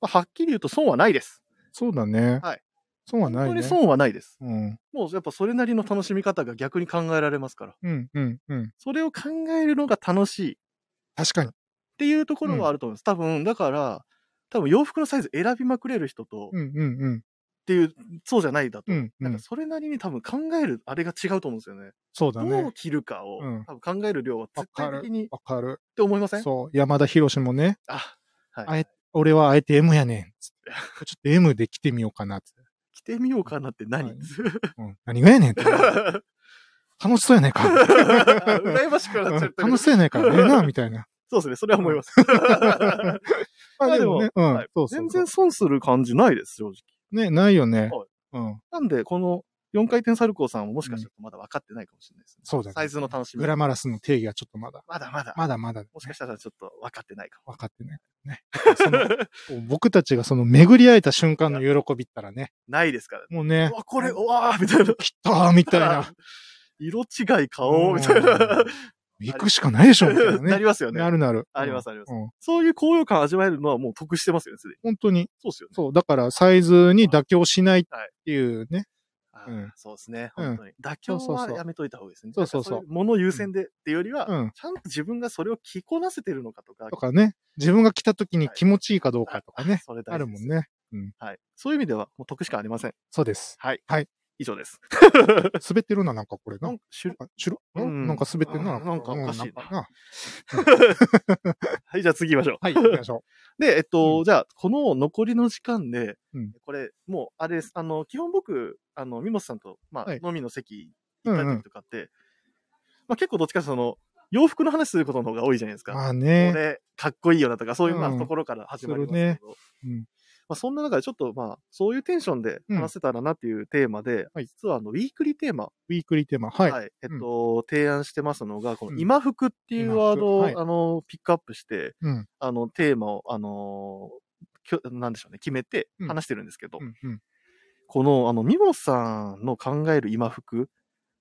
A: まあはっきり言うと損はないです。
B: そうだね。
A: はい。
B: 損はない
A: 本当
B: ね。
A: に損はないです。
B: うん。
A: もうやっぱそれなりの楽しみ方が逆に考えられますから。
B: うん、うん、うん。
A: それを考えるのが楽しいっ
B: 確かに。
A: ていうところはあると思います。多分、だから、多分洋服のサイズ選びまくれる人と、
B: う
A: っ
B: ん、うん、うん。
A: ていう、そうじゃないだと。
B: うん、う
A: なん
B: ん
A: か。それなりに多分考えるあれが違うと思うんですよね。
B: そうだ
A: ど
B: ね
A: う。着るかを、
B: うん
A: 多分考える量は絶対的にっ
B: わかる。
A: て思いません
B: そう。山田博もね、
A: あ、はい。
B: あえ俺はあえて M やねんっつって。ちょっと M で来てみようかなっつって。
A: 着てみようかなって何、
B: はいうん、何がやねんって。楽しそうやな いか。
A: 羨ましくなっちゃった。
B: 楽しそうやないか。ええな、みた いな。
A: そうですね、それは思います。
B: まあでもね、うん、
A: はい
B: そうそうそ
A: 全
B: う
A: 然損する感じないです、正直。
B: ね、ないよね。
A: はい
B: うん。
A: なんで、この4回転サルコーさんももしかしたらまだ分かってないかもしれないですね。
B: そうだね
A: サイズの楽しみ。
B: グラマラスの定義はちょっとまだ、
A: まだまだ。
B: まだまだ、ね、
A: もしかしたらちょっと分かってないかも。
B: 分かってない。ね。その僕たちがその巡り合えた瞬間の喜びったらね、
A: ないですからね。
B: もうね
A: う、わ、これ、うわーみたいな。
B: 来たーみた いな。
A: 色違い買おうみたいな。
B: 行くしかないでしょみたいなね。
A: なりますよね
B: な。るなる。
A: ありますあります
B: うん。
A: そういう高揚感味わえるのはもう得してますよね、すでに。
B: 本当に。
A: そうですよね。
B: そう。だから、サイズに妥協しないっていうね。
A: あ
B: うん
A: そうですね。
B: うん
A: 本当に。妥協
B: そうそう
A: は
B: そう
A: やめといた方がいいですね。
B: そうそうそう
A: もの優先でっていうよりは、
B: うん。
A: ちゃんと自分がそれを着こなせてるのかとか、
B: とかね。自分が来た時に気持ちいいかどうかとかね。
A: それ大事です
B: あるもん。ね。
A: はい。そういう意味では、もう得しかありません。
B: そ うです。
A: はい。
B: はい。
A: 以上です。
B: 滑ってるな、なんかこれな。
A: な
B: なんん
A: か種類
B: か、ちろ、
A: う
B: なんんか滑ってるな。
A: うんなんかおかしいな
B: うんんか
A: はい、じゃあ次行きまし ょう。
B: はい、行きましょ
A: で、えっと、
B: うん
A: じゃあ、この残りの時間で、
B: うん
A: これ、もう、あれです。あの、基本僕、あの、ミモスさんと、まあ、
B: はい
A: 飲みの席行った時とかって、まあ結構どっちかというとその、洋服の話することの方が多いじゃないです
B: う。
A: か。
B: まあ
A: こ
B: ね。
A: れ、かっこいいよなとか、そういう、まあ、
B: うん
A: ところから始まりますけど。
B: するねうん
A: まあ、そんな中で、ちょっと、まあ、そういうテンションで話せたらなっていうテーマで、
B: はい
A: 実は、あの、ウィークリーテーマ、
B: ウィークリーテーマ。はい。
A: はい、えっと、提案してますのが、こ
B: う
A: の
B: ん
A: 今服っていうワードを、
B: 今服はい
A: あの、ピックアップして、
B: うん。
A: あの、テーマを、あの、きょなんでしょうね、決めて
B: うん
A: 話してるんですけど、
B: うんうん。
A: この、あの、ミモさんの考える今服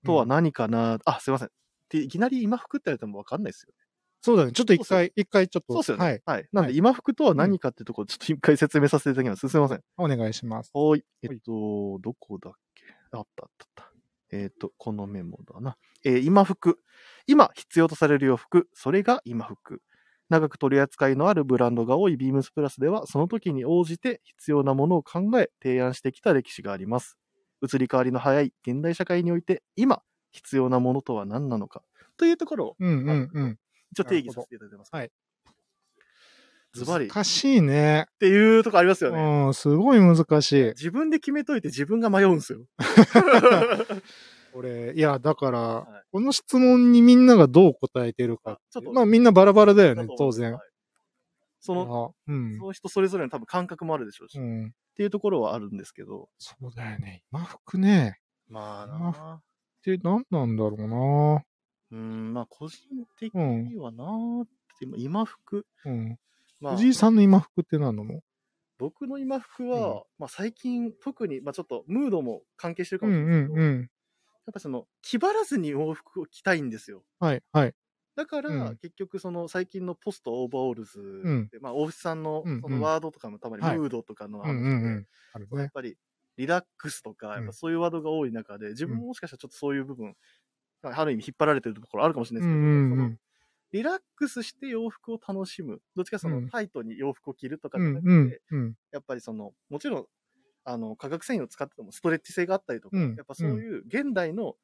A: とは何かな、あ、すいません。っていきなり今服って言われてもわかんないですよ。
B: そうだね。ちょっと一回、一回ちょっと。
A: そうですよね。
B: は
A: はいい。。なんで、今服とは何かってところ、ちょっと一回説明させていただきます。すいません。
B: お願いします。
A: はーい。えっと、どこだっけあったあったあった。えっと、このメモだな。えー今服。今必要とされる洋服。それが今服。長く取り扱いのあるブランドが多いビームスプラスでは、その時に応じて必要なものを考え、提案してきた歴史があります。移り変わりの早い現代社会において、今必要なものとは何なのか。というところを
B: うんうんうん。
A: 一応定義させていただいてます。
B: なる
A: ズバリ。っ
B: 難しいね。
A: ていうところありますよね。
B: うん、すごい難しい。
A: 自分で決めといて自分が迷うんですよ。
B: 俺、いや、だから、
A: い
B: この質問にみんながどう答えてるか。
A: ちょっと
B: まあみんなバラバラだよ
A: だ
B: ね
A: と、思
B: 当
A: います
B: 然
A: は。いその、
B: あうん
A: そ。の人それぞれの多分感覚もあるでしょうし、
B: う
A: っ
B: ん。
A: ていうところはあるんですけど。
B: そうだよね。今服ね。
A: まあ
B: な
A: な
B: って何なんだろ
A: う
B: う
A: ん、まあ個人的
B: なうん。
A: にはなーって、今今服。
B: うん。
A: まあ、
B: 藤井さんの今服って何なの
A: 僕の今服
B: う
A: は、まあ最近特に、まあちょっとムードも関係してるか
B: う
A: もし
B: ん
A: れないですけど、
B: うんうん。
A: やっぱその、気張らずに洋服を着たいんですよ。
B: はいはい。
A: だから、
B: うん
A: 結局その最近のポストオーバーオールズで、
B: ん
A: まあ大渕さんの
B: うん
A: そのワードとかもたまに
B: はい
A: ムードとかの
B: う
A: ある
B: ん
A: ん
B: う
A: で
B: んうん。ある
A: やっ
B: ね。
A: ぱりリラックスとか、やっ
B: うん
A: ぱそういうワードが多い中で、自分
B: う
A: ももしかしたらちょっとそういう部分、ある意味引っ張られてるところあるかもしれ
B: う
A: なんい
B: う
A: ですけど、そ
B: んう
A: の
B: ん。
A: リラックスして洋服を楽しむ。どっちかその、
B: うん
A: タイトに洋服を着るとか
B: う
A: じゃ
B: ん
A: なくて、
B: うんうん。
A: やっぱりその、もちろん、あの、化学繊維を使っててもストレッチ性があったりとか、
B: うん
A: やっぱそういう現代の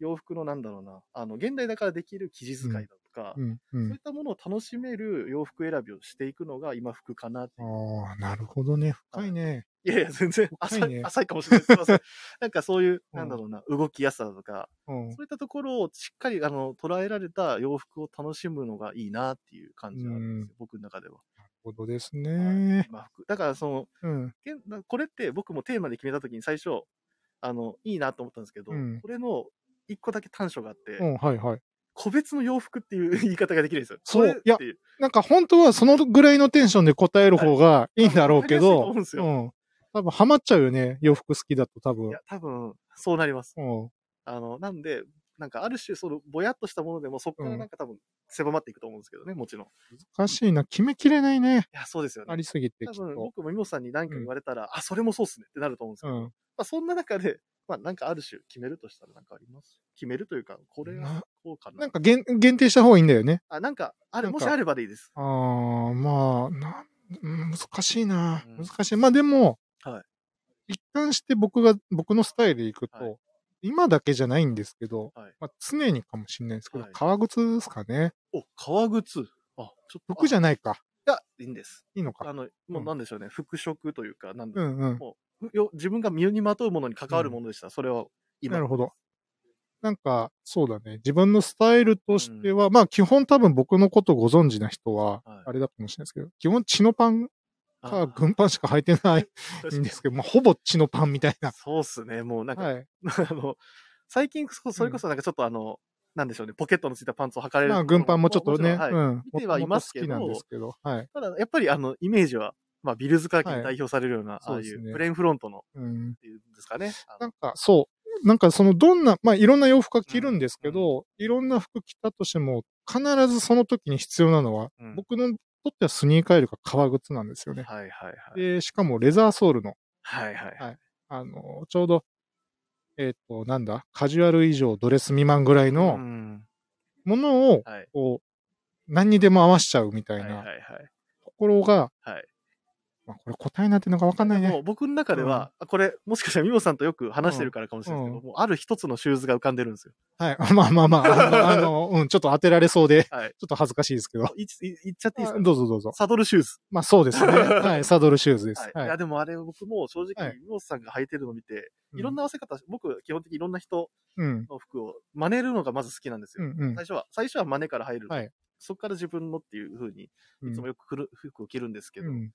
A: 洋服のなんだろうな、あの、現代だからできる生地使いだとか、
B: うんう
A: そうい
B: ん
A: っ。たものを楽しめる洋服選びをしていくのが今服かなっていう
B: ああ、なるほどね。深いね。
A: いやいや、全然
B: 深い
A: 浅い,、
B: ね
A: 浅いかもしれないです。すいま せん。なんかそういう、
B: うん
A: なんだろうな、動きやすさだとか、
B: うん
A: そう。いったところをしっかりあの捉えられた洋服を楽しむのがいいなっていう感じがあるんですよ、僕の中では。
B: ほどですね。
A: 今服だからその、
B: うん。
A: けんこれって僕もテーマで決めたときに最初、あの、いいなと思ったんですけど、
B: うん
A: これの一個だけ短所があって、
B: うん、はいはい。
A: 個別の洋服っていう 言い方ができるんですよ。
B: そう
A: これっていう
B: なんか本当はそのぐらいのテンションで答える方がいいんだろうけ
A: わ
B: ど、
A: かりやすいと思
B: ん。多分ハマっちゃうよね。洋服好きだと多
A: い
B: 分。
A: や、多分、そうなります。
B: うん。
A: あの、なんで、なんかある種、その、ぼやっとしたものでも、そこからなんか多分、狭まっていくと思うんですけどね、もちろん。い
B: 難しいな。決めきれないね。
A: や、そうですよね
B: あ。りすぎて、き
A: 多
B: っ
A: 分、
B: と。
A: 僕も妹さんに何か言われたら、あ、それもそうっすねってなると思うんですけ
B: う
A: ど、
B: ん。
A: まあ、そんな中で、まあ、なんかある種、決めるとしたらなんかあります決めるというか、これはこうかな。
B: なんか限限定した方がいいんだよね。
A: あ、なんか、ある、
B: なん
A: も
B: か
A: しあればでいいです。
B: ああ、まあ、なんうん難しいな。
A: うん
B: 難しい。まあでも、
A: は
B: 一貫して僕が、僕のスタイルでいくと、
A: は
B: 今だけじゃないんですけど、
A: はい
B: まあ、常にかもしれないですけど、
A: はい
B: 革靴ですかね。
A: お、革靴。あ、ちょっと。
B: 服じ
A: ゃ
B: ゃないか。
A: いや、いいんです。
B: いいのか
A: あ。の、もうなんでしょうね、服飾というか、なんで、
B: うんうん。
A: もうよ、自分が身にまとうものに関わるものでした。それは、今。
B: なるほど。なんか、そうだね。自分のスタイルとしては、まあ基本多分僕のことご存知な人は
A: はい、
B: あれだかもしれないですけど、基本血のパン
A: あ
B: か軍パンしか履いてないんで すけど、まあほぼ血のパンみたいな。
A: そうっすね、もうなんか、
B: はい。
A: あの、最近そ、それこそなんかちょっとあの、なんでしょうね、ポケットのついたパンツを履かれる。
B: まあ、軍パンもちょっとね、
A: ろんはい
B: うん。
A: 見てはいますけど
B: 元々好きなんですけど、はい。
A: ただ、やっぱりあの、イメージは、まあ、ビルズカーキに代表されるような、あ
B: そう
A: あ
B: で
A: い
B: すね
A: う、プレーンフロントの、っ
B: うん。
A: ていうんですかね。あ
B: な
A: の
B: んか、そう。なんか、その、どんな、まあ、いろんな洋服は着るんですけど、いろんな服着たとしても、必ずその時に必要なのは、
A: うん
B: 僕のとってはスニーカーよりか革靴なんですよね。
A: はいはいはい。
B: で、しかもレザーソールの、
A: はいはい。
B: あの、ちょうど、えっ、と、なんだ、カジュアル以上ドレス未満ぐらいの
A: うん
B: ものを、
A: はい。
B: こう、何にでも合わしちゃうみた
A: はい
B: い
A: はいはい
B: な。ところが、
A: はい
B: まあ、これ答えになってるのかわかんない
A: も
B: ね。
A: う僕の中では、あこれ、もしかしたらミモさんとよく話してるからかもしれないですけど、
B: う
A: もうある一つのシューズが浮かんでるんですよ。
B: はい。 まあまあまあ、あの、あのうん、ちょっと当てられそうで、
A: はい
B: ちょっと恥ずかしいですけど。
A: いい言っちゃっていいですか
B: あどうぞどうぞ。
A: サドルシューズ。
B: まあそうです ね。はい。サドルシューズです。
A: はい。、
B: はいい。
A: や、でもあれ、僕も正直、
B: はい
A: ミモさんが履いてるのを見て、いろん
B: な。
A: な合わせ方、僕、基本的にいろんな人
B: うん。
A: の服を真似るのがまず好きなんです
B: う
A: よ。
B: んうん
A: 最初は、最初は真似から入る。
B: はい
A: そこから自分のっていう風に、い
B: うん。
A: つもよくくる服を着るんですけど、
B: うん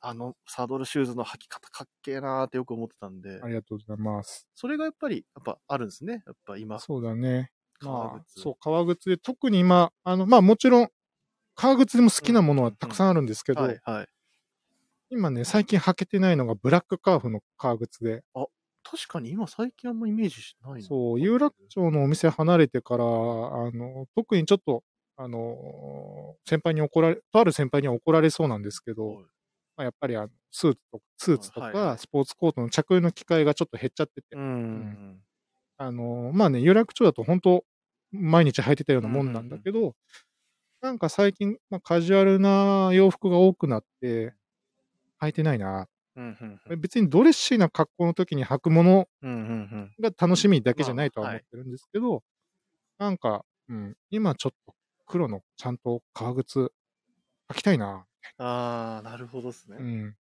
A: あの、サドルシューズの履き方かっけえなーってよく思ってたんで
B: あ、りがとうございます。
A: それがやっぱり、やっぱあるんですね。やっぱ今、
B: そうだね。
A: 革
B: まあ、
A: 靴。
B: そう、革靴で、特に今、あの、まあもちろん、革靴でも好きなものはたくさんあるんですけど、
A: はい、はい。
B: 今ね、最近履けてないのがブラックカーフの革靴で、
A: 確かに今最近あんまイメージしないな
B: そう、有楽町のお店離れてから、あの、特にちょっと、あの、先輩に怒られ、とある先輩には怒られそうなんですけど、
A: はい
B: まあ、やっぱりあのスーツとか、スーツと
A: はいはいは
B: か
A: い、
B: スポーツコートの着用の機会がちょっと減っちゃってて、
A: うん。うん
B: あの、まあね、有楽町だと本当毎日履いてたようなもんなんだけど、なんか最近、まあ、カジュアルな洋服が多くなって、履いてないな。
A: うんうん
B: 別にドレッシーな格好の時に履くもの
A: うんうんうん
B: が楽しみだけじゃないとは
A: まあ
B: 思
A: は
B: っ
A: い
B: てるんですけど、なんか、うん、今ちょっと黒のちゃんと革靴履きたいな。
A: ああ、なるほどですね。
B: うん。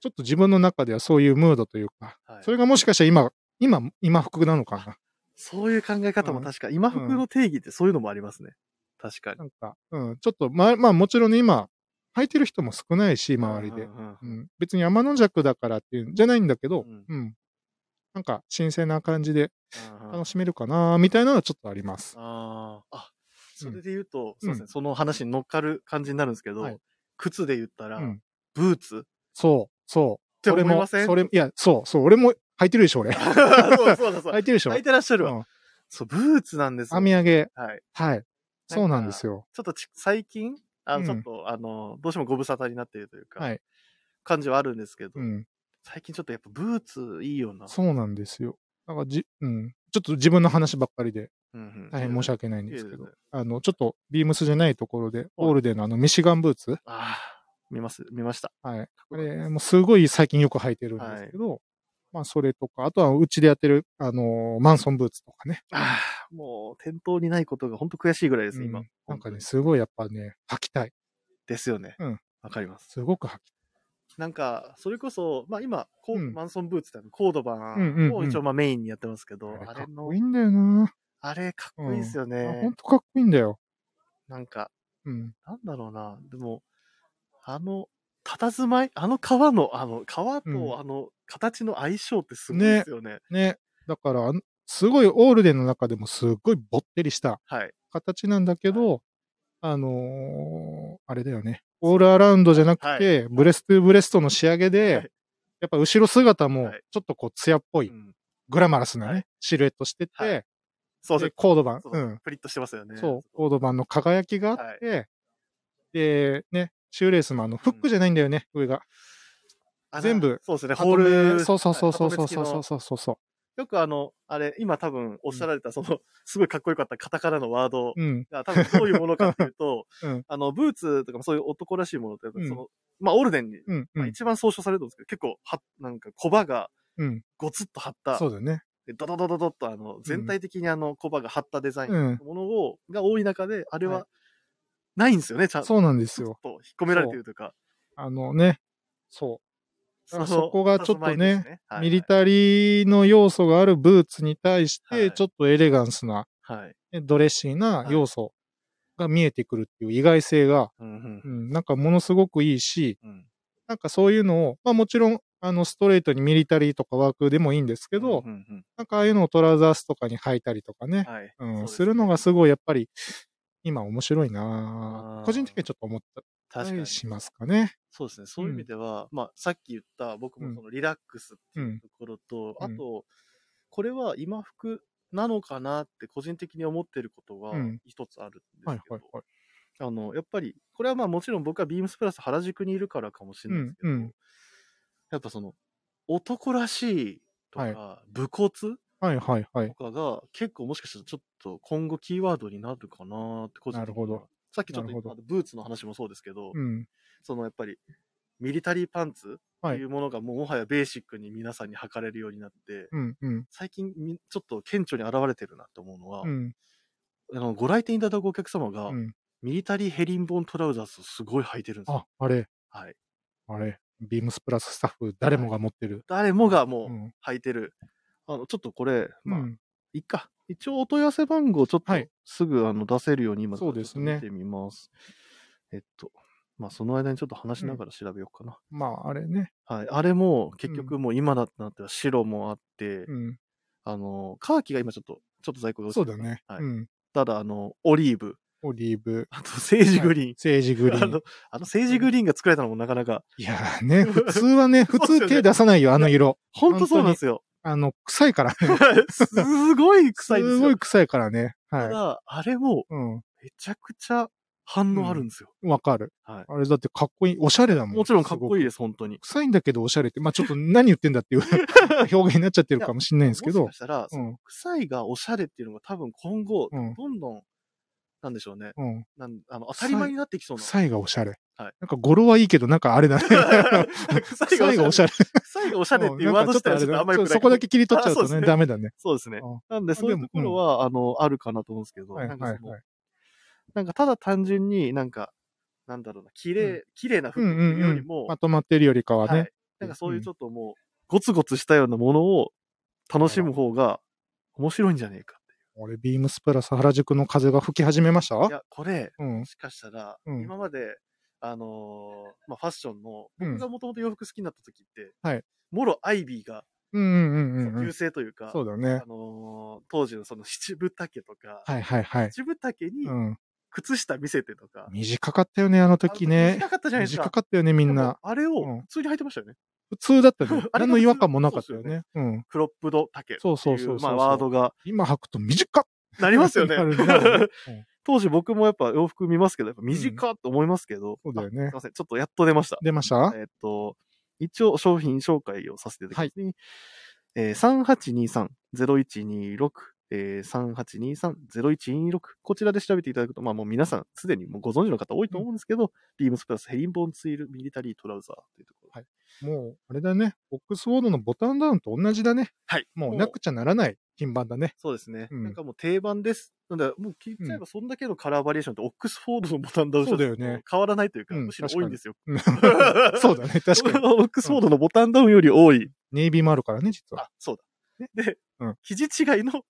B: ちょっと自分の中ではそういうムードというか、
A: はい
B: それがもしかしたら今、今、今服なのかな。
A: そういう考え方も
B: うん
A: 確か、今服の定義ってそういうのもありますね。確かに。
B: なんか、うん、ちょっと、まあ、まあもちろんね、今、履いてる人も少ないし、周りで。
A: うんうん
B: う
A: うん
B: ん、別に天の弱だからっていうんじゃないんだけど、
A: う
B: うんん、なんか、新鮮な感じで
A: うんうん
B: 楽しめるかな、みたいなのはちょっとあります。
A: あーあ、そ
B: うん
A: れで言うと、そうですね、その話に乗っかる感じになるんですけど、
B: はい
A: 靴で言ったら、
B: うん
A: ブーツっ
B: そう、そう。
A: て思
B: 俺
A: いま
B: も、
A: せん
B: それ、いや、そう、そう、俺も履いてるでしょ、俺。
A: そうだそうだそう
B: 履
A: だ。
B: いてるでしょ。
A: 履いてらっしゃるわ。
B: うん
A: そう、ブーツなんですよ。
B: 網上げ。
A: はい。
B: はい。そうなんですよ。
A: ちょっとち最近、あの、
B: うん
A: ちょっと、あの、どうしてもご無沙汰になっているというか、
B: はい
A: 感じはあるんですけど、
B: うん。
A: 最近ちょっとやっぱブーツいいよな。
B: そうなんですよ。だからじ、うん。ちょっと自分の話ばっかりで、
A: うんうん
B: 大変申し訳ないんですけ
A: いえいえい
B: ど
A: えいえ、
B: あの、ちょっと、ビームスじゃないところで、オールデンのあの、ミシガンブーツ。
A: ああ、見ます、見ました。
B: はい。あ
A: こいい
B: れ、もうすごい最近よく履いてるんですけど、まあ、それとか、あとは、うちでやってる、あのーマンソンブーツとかね。
A: ああ、もう、店頭にないことが本当悔しいぐらいです、
B: うん
A: 今。
B: なんかね、
A: 本当に
B: すごいやっぱね、履きたい。
A: ですよね。
B: うん
A: わかります。
B: すごく履きたい。
A: なんか、それこそ、まあ今、こう
B: うん
A: マンソンブーツってあのコードバ
B: うんうんう
A: ン
B: ん
A: を一応まあメインにやってますけど、
B: あれ
A: あ
B: か
A: れ
B: っ
A: の
B: こいい、んだよな、
A: あれかっこいいですよ
B: あほ
A: ね
B: ん。とかっこいいんだよ。
A: なんか、
B: うん。
A: なんだろうな。でも、あの、佇まいあの革の、あの、革と
B: うん
A: あの、形の相性ってすごい
B: ね
A: ですよね。
B: ね。だから、あのすごいオールデンの中でもすごいぼってりした
A: はい。
B: 形なんだけど、あのーあれだよね。オールアラウンドじゃなくて、
A: は
B: ブレストゥーブレストの仕上げで、
A: はい
B: やっぱ後ろ姿も
A: はい
B: ちょっとこう艶っぽい、
A: うん
B: グラマラスなね、
A: はい
B: シルエットしてて、
A: はいそう
B: で
A: です。
B: コード版。。
A: そううんプリッとしてますよね。
B: そう、コード版の輝きがあって、で、ね、シューレースもあの、フックじゃないんだよね、上が。
A: あの
B: 全部
A: そうですね。
B: まと
A: ホー
B: め
A: ル。
B: そうそうそうそう
A: はい
B: そ
A: まとめ
B: う
A: 付きの
B: そうそうそうそ
A: よくあの、あれ、今多分おっしゃられた、その、すごいかっこよかったカタカナのワード
B: う。うん。、
A: が、多分どういうものかっていうと
B: うん
A: あの、ブーツとかもそういう男らしいものって、
B: うん
A: その、まあ、オルデンに、
B: うん。う
A: まあ
B: ん。
A: 一番総称されると思うんですけど、結構、は、なんか、コバが
B: うん。
A: ゴツッと張った、
B: そうだよね。
A: でドドドドドッと、あの、全体的にあの、コバが張ったデザイン
B: うん
A: のものを、が多い中で、あれ
B: は
A: は、ないんですよね、ちゃんと。
B: そうなんで
A: ち
B: す
A: ょっ
B: よ。
A: と引っ込められてるというか。
B: あのね、そう。だからそこがちょっとね、ミリ
A: ー。
B: タリーの要素があるブーツに対し
A: は
B: て、
A: い
B: ちょっとエレガンスな、
A: はい。
B: ねドレッシーな要素が見えてくるっていう意外性が、
A: うんうん
B: うん、なんかものすごくいいし、
A: うん。
B: なんかそういうのを、まあもちろん、あの、ストレートにミリタリーとかワークでもいいんですけど、
A: うんうん
B: なんかああいうのをトラウザースとかに履いたりとかね、
A: うんはい。
B: う、
A: そうんですね
B: るのがすごいやっぱり今面白いな
A: あ
B: ぁ
A: ー
B: 個人的にはちょっと思った
A: 確か
B: り
A: に。
B: しますかね。
A: そうですね。そういう意味では、まあ、さっき言った、僕
B: うん
A: もそのリラックスっていうところと、
B: うん
A: あと、これは今服なのかなって個人的に思ってることが
B: うん
A: 一つあるんで
B: はい
A: すけ
B: はい
A: ど、
B: はい。
A: あの、やっぱり、これはまあもちろん僕はビームスプラス原宿にいるからかもしれないですけど、
B: うんうん
A: やっぱその、男らしいとか、武骨
B: はいはいはい
A: と。かが結構もしかしたらちょっと今後キーワードになるかなって個人的には
B: なるほど。
A: さっきちょっと
B: なるほど
A: あのブーツの話もそうですけど、
B: うん。
A: そのやっぱりミリタリーパンツ
B: は
A: と
B: い
A: いうものがもうもはやベーシックに皆さんに履かれるようになって、
B: うんうん。
A: 最近みちょっと顕著に現れてるなと思うのは、
B: うん。
A: あのご来店いただくお客様が、
B: うん。
A: ミリタリーヘリンボーントラウザースをすごい履いてるんですよ。
B: あ、あれ、
A: はい、
B: あれ、ビームスプラススタッフ、誰もが持ってる。
A: 誰もが
B: う
A: も
B: ん。
A: う履いてる。あのちょっとこれ、
B: う
A: まあ、
B: ん
A: いっか。一応お問い合わせ番号ちょっと
B: はい
A: すぐあの出せるように今
B: そうですね
A: ちょっと見てみます。えっと、まあその間にちょっと話しながら調べようかな。
B: まあ、あれね。
A: はい。あれも結
B: う
A: 局もう今だってなっては白もあって、
B: うん。
A: あの、カーキが今ちょっと、ちょっと在庫が
B: そ
A: 薄
B: う
A: い
B: だね。
A: はい
B: うん。
A: ただあの、オリーブ、
B: オリーブ、
A: あとセージグリ
B: セージ
A: ー
B: グ
A: ン。
B: リ
A: あ
B: ーン
A: の。、あのセージグリーンが作られたのもなかなか、
B: いやーね、普通はね、普
A: そうっす
B: 通
A: よね
B: 手出さないよ、あの色。
A: ほんとそうなんですよ。
B: あの、臭いからね。
A: すごい臭いんですよ。
B: すごい臭いからね。
A: た
B: は
A: だ、あれも
B: い。うん。
A: めちゃくちゃ反応あるんですよ。
B: わかる。
A: はい。
B: あれだってかっこいい。おしゃれだもん。
A: もちろんかっこいいですす、本当に
B: ごく。。臭いんだけどおしゃれって。まあちょっと何言ってんだっていう 表現になっちゃってるかもしれないんですけど
A: もしか。したら、
B: うん。
A: 臭いがおしゃれっていうのが多分今後、
B: うん
A: どんどん、なんでしょうね。
B: うん。
A: なんあの当たり前になってきそうな。
B: 臭いがおしゃれ。
A: はい
B: なんか語呂はいいけど、なんかあれだね。臭いがおしゃ
A: れ。
B: れ。
A: 臭いがおしゃれっていう
B: な
A: ワ
B: ん
A: ー
B: か
A: ド
B: ちょ
A: 自
B: っと
A: 体
B: あ
A: はちょっとあんまり良くない
B: れだねちょっとそこだけ切り取っちゃう
A: あそ
B: と
A: うです
B: ね、
A: ね
B: ダメだね。
A: そうですね。なんで、そういうところは、あの、あるかなと思うんですけど、
B: はいは
A: ないんかその
B: はい。
A: なんかただ単純になんか、なんだろうな、綺
B: う
A: 麗、綺麗な
B: う
A: 服っ
B: ん
A: て
B: う
A: いうんよ
B: う
A: り
B: ん。
A: も
B: ま、とまってるよりかは
A: は
B: ね
A: い。。なんかそういううんちょっともう、ゴツゴツしたようなものを楽しむ方が面白いんじゃねえか。
B: 俺、ビームスプラス原宿の風が吹き始めました
A: いや、これ、
B: うん
A: も。しかしたら、
B: うん
A: 今まで、あのーまあ、ファッションの、
B: うん
A: 僕がもともと洋服好きになった時って、
B: はい
A: もろアイビーが、
B: うんうんうんうんう
A: 優
B: ん。
A: 勢というか、
B: そうだね
A: あ。のー当時のその七分丈とか、
B: はいはいはい。
A: 七分丈に
B: うん。
A: 靴下見せてとか、
B: 短かったよね、あの時ね。
A: 短かったじゃないですか。
B: 短かったよね、みんな。
A: あれ
B: うん
A: を普通に履いてましたよね。
B: 普通だった
A: 。
B: ね
A: あれが普通
B: 何の違和感もなかったよね。うん。
A: クロップド丈っていう、
B: そうそうそうそう
A: まあ、ワードが
B: 今履くと短っ
A: なりますよね
B: なるなる。 うん
A: 当時僕もやっぱ洋服見ますけど、やっぱ短っと思いますけど、
B: そうだよ
A: あす
B: ね
A: い。ません、ちょっとやっと出ました。
B: 出ました
A: えっと、一応商品紹介をさせていただきますね。えー、3823-0126、えー、3823-0126こちらで調べていただくと、まあもう皆さんすでにもうご存知の方多いと思うんですけど、ビームスプラスヘリンボーンツイルミリタリートラウザーというところ。
B: はいもう、あれだね。オックスフォードのボタンダウンと同じだね。
A: はい。
B: もうなくちゃならない品番だ ね。
A: そうですね、
B: うん
A: なんかもう定番です。なんだ、もう聞いちゃえばそんだけのカラーバリエーションって、オックスフォードのボタンダウンシャツ
B: そうだよね
A: と変わらないというか、
B: うん
A: むしろ多いんですよ。
B: そうだね。確かに。
A: オックスフォードのボタンダウンより多い。
B: ネイビーもあるからね、実は。
A: あ、そうだ。で、
B: うん
A: 生地違いの、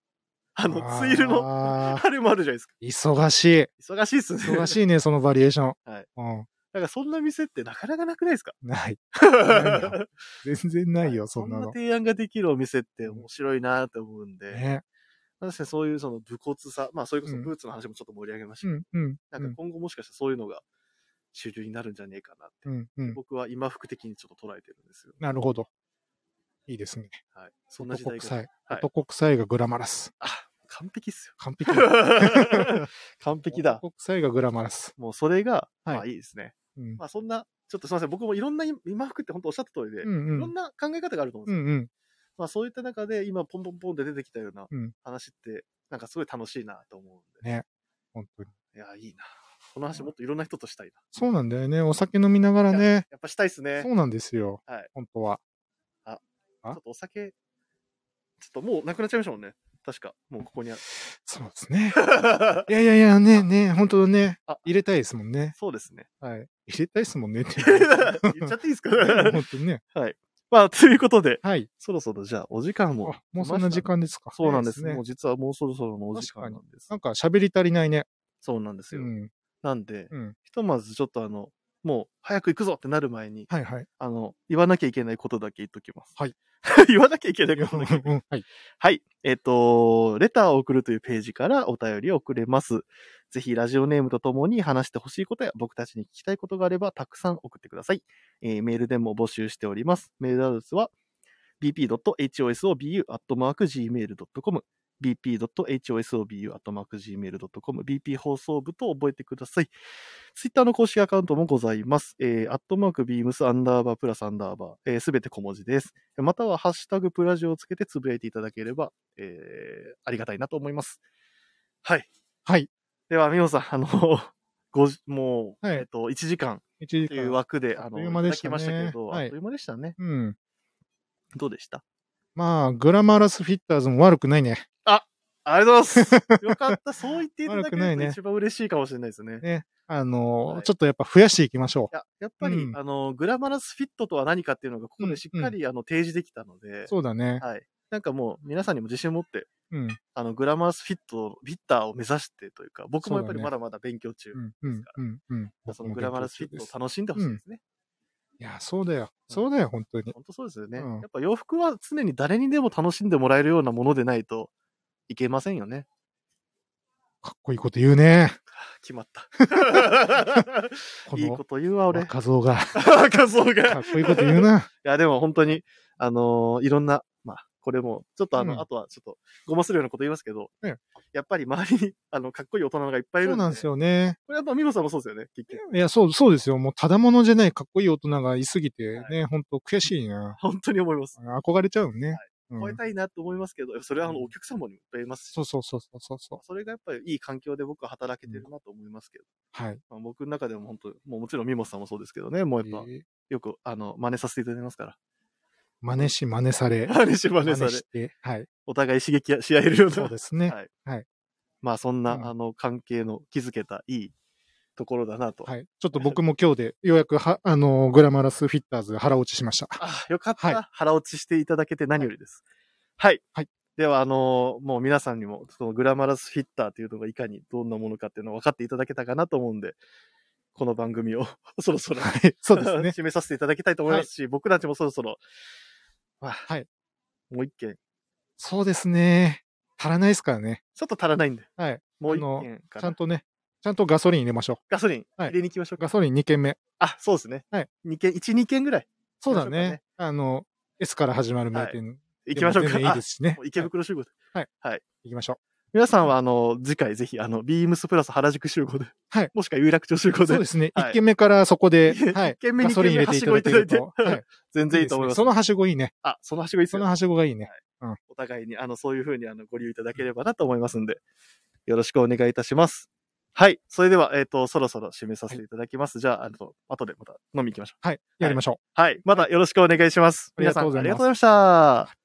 A: あの、ツイルの、
B: あー
A: あれもあるじゃないですか。
B: 忙しい。
A: 忙しいっすね。
B: 忙
A: い。
B: しいね、そのバリエーション。
A: はい
B: うん。
A: だからそんな店ってなかなかなくないですか
B: ない。ないよ全然ないよ、そんな
A: そん
B: の
A: な。提案ができるお店って面白いなと思うんで、
B: ね。
A: 確かにそういうその武骨さ、まあそれこそ
B: うん
A: ブーツの話もちょっと盛り上げまし
B: う
A: たけ
B: ん、うん。
A: ど、なんか今後もしかしたらそういうのが主流になるんじゃねえかなって、
B: うん、うん。
A: 僕は今服的にちょっと捉えてるんですよ。
B: なるほど。いいですね。
A: はい。そんな時代
B: 男
A: が。
B: 臭い。
A: はい
B: 男臭いがグラマラス。
A: あ、完璧っすよ。
B: 完 璧だ。
A: 完璧だ。
B: 国際がグラマラス。
A: もうそれが、
B: はい
A: まあいいですね。
B: うん。
A: まあそんな、ちょっとすみません。僕もいろんな今服って本当おっしゃった通りで、
B: うんう
A: いろ
B: ん
A: んな考え方があると思うんです
B: う
A: よ。
B: んうん。
A: まあそういった中で今ポンポンポンって出てきたような
B: うん
A: 話って、なんかすごい楽しいなと思うんで。
B: 本当に。
A: いや、いいな。この話もっといろんな人としたい
B: そうなんだよね。お酒飲みながら
A: な。
B: ね。
A: やっぱしたいっすね。ち
B: そうなんですよ。
A: はい
B: 本当は。
A: ょっとお酒、ちょっともうなくなっちゃいましたもんね。確か。もうここにある。
B: そうですね。 いやいや いや、ね、ね、本当ね
A: あ。
B: 入れたいですもんね。
A: そうですね。
B: はい。入れたいですもんねって。
A: 言っちゃっていいですか
B: 本当に ね。
A: まあ、ということで、
B: はい。
A: そろそろじゃあお時間も。
B: あもうそんな時間ですか。
A: そうなんです
B: いい
A: もう
B: ね。
A: 実はもうそろそろのお時間なんです
B: な。んか喋り足りないね。
A: そうなんです
B: う
A: よ。
B: ん。
A: なんで、
B: うん。
A: ひとまずちょっとあの、もう早く行くぞってなる前に、
B: はいはい。
A: あの、言わなきゃいけないことだけ言っときます。
B: はい。
A: 言わなきゃいけないことだけ。
B: うん はい。
A: はい。えっ、と、レターを送るというページからお便りを送れます。ぜひ、ラジオネームとともに話してほしいことや僕たちに聞きたいことがあれば、たくさん送ってください。えーメールでも募集しております。メールアドレスは、bp.hosobu.gmail.com bp.hosobu.gmail.com bp 放送部と覚えてください。ツイッターの公式アカウントもございます。えー、アットマークビームスアンダーバープラスアンダーバー、す、べ、て小文字です。または、ハッシュタグプラジオをつけてつぶやいていただければ、えー、ありがたいなと思います。はい。
B: はい。
A: では、みほさん、あの、ごじ、もう、
B: はい
A: えっ、と、1時間
B: 一時
A: という
B: 間。
A: 枠で、
B: あ
A: あ
B: っと
A: の、
B: いう間
A: い
B: で
A: ただ
B: し
A: き
B: たね
A: ましたけど、
B: はい
A: あっという間でしたね。
B: うん。
A: どうでした
B: まあ、グラマラスフィッターズも悪くないね。
A: ありがとうございます。よかった。そう言っていただけ
B: 悪くな
A: る
B: い
A: と
B: ね
A: 一番嬉しいかもしれないですね。
B: あの、
A: はい
B: ちょっとやっぱ増やしていきましょ
A: いややっぱり、
B: うん
A: あの、グラマラスフィットとは何かっていうのが、ここでしっかり、あの提示できたので
B: う。、そうだね。
A: はい。なんかもう、皆さんにも自信を持って、
B: うん。
A: あの、グラマラスフィット、フィッターを目指してというか、僕もやっぱり
B: そうだ
A: まだ
B: ね
A: まだ勉強中。
B: うん。うん。うん。うん。
A: そのグラマラスフィットを楽しんでほしいですね。
B: いや、そうだよ。そうだよ、本当に。
A: 本当そうですよね、
B: うん
A: やっぱ洋服は常に誰にでも楽しんでもらえるようなものでないといけませんよね。
B: かっこいいこと言うね。
A: 決まった。
B: こ
A: いい
B: の
A: こと言うわ、俺。
B: 画 像が。
A: 画像が。
B: かっこいいこと言うな。
A: いや、でも本当に、あのーいろんな、まあ、これも、ちょっとあの、
B: うん
A: あとはちょっと、ごまするようなこと言いますけど、
B: ええ
A: やっぱり周りに、 あの、かっこいい大人がいっぱいい
B: そ
A: る
B: うなんです
A: よ。
B: よね。
A: これやっぱ、ミボさんもそうですよね、結局。
B: いや、そう、そうですよ。もう、ただものじゃないかっこいい大人がいすぎて、ね、ほんと悔しいな。
A: 本当に思います。
B: 憧れちゃうね。うん
A: 超えたいなと思いますけど、それはあの、
B: うん
A: お客様にもいっぱいいますし、
B: そうそうそうそうそうそう。
A: それがやっぱりいい環境で僕は働けてるなと思いますけど、
B: はい。
A: まあ、僕の中でも本当、もうもちろんミモさんもそうですけどね、もうやっぱ、
B: えー
A: よく、あの、真似させていただきますから。
B: 真似し、真似され。
A: 真似し 真似され、
B: して。 はい。
A: お互い刺激し合えるような
B: そうですね
A: は。い
B: はい
A: まあそんな、
B: うん
A: あの関係の築けたいいところだなと。
B: はい。ちょっと僕も今日で、ようやくは、 あの、グラマラスフィッターズ腹落ちし ました。
A: あよかった、
B: はい
A: 腹落ちしていただけて何よりです。はい。
B: はい
A: では、あのもう皆さんにも、そのグラマラスフィッターというのがいかにどんなものかっていうのを分かっていただけたかなと思うんで、この番組を そろそろ、
B: はい。そうですね
A: 。締めさせていただきたいと思いますし、僕たちもそろそろ、まあ、
B: はい
A: もう一件、
B: そうですね。足らないですからね。
A: ちょっと足らないんで、
B: はい。
A: もう一
B: あの
A: 件か
B: ちゃ
A: ら
B: ん、とね、ちゃんとガソリン入れましょ
A: ガソリン
B: はい
A: 入れに行きましょう
B: う。
A: か。
B: ガソリン2軒目。
A: あ、そうですね。
B: はい
A: 2件、1、2件ぐらい
B: そうだ
A: 行きましょうかね
B: ね。あの、S から始まる名店。
A: 行きましょう
B: でも
A: か。
B: 全然いいですしね
A: あ。もう 池袋集合で。
B: 行きましょう。
A: 皆さんは、あの、次回ぜひ、あの、ビームスプラス原宿集合で。
B: はい
A: もしくは有楽町集合
B: そう
A: で
B: で。すね。
A: はい
B: 1軒目からそこで、
A: 一
B: はい。
A: 軒目
B: ガソリン入れていただける
A: 二軒
B: と。
A: 目はしごいただいて
B: はい
A: 全然いいと思いま。
B: ですねそのはしごいいね。
A: あ、そのはしごいいっす
B: そ
A: よ
B: のはしごがいいね。
A: お互いに、あの、そういうふうに、あの、ご利用いただければなと思いますんで、よろしくお願いいたします。はい。それでは、えっ、と、そろそろ締めさせていただきます。じゃあ、あの、後でまた飲み行きましょ
B: はい。やりましょう。
A: う。はい。またよろしくお願いします。
B: あり
A: 皆
B: が
A: さ
B: と
A: ん、
B: うござ
A: あ
B: います
A: りがとうございました。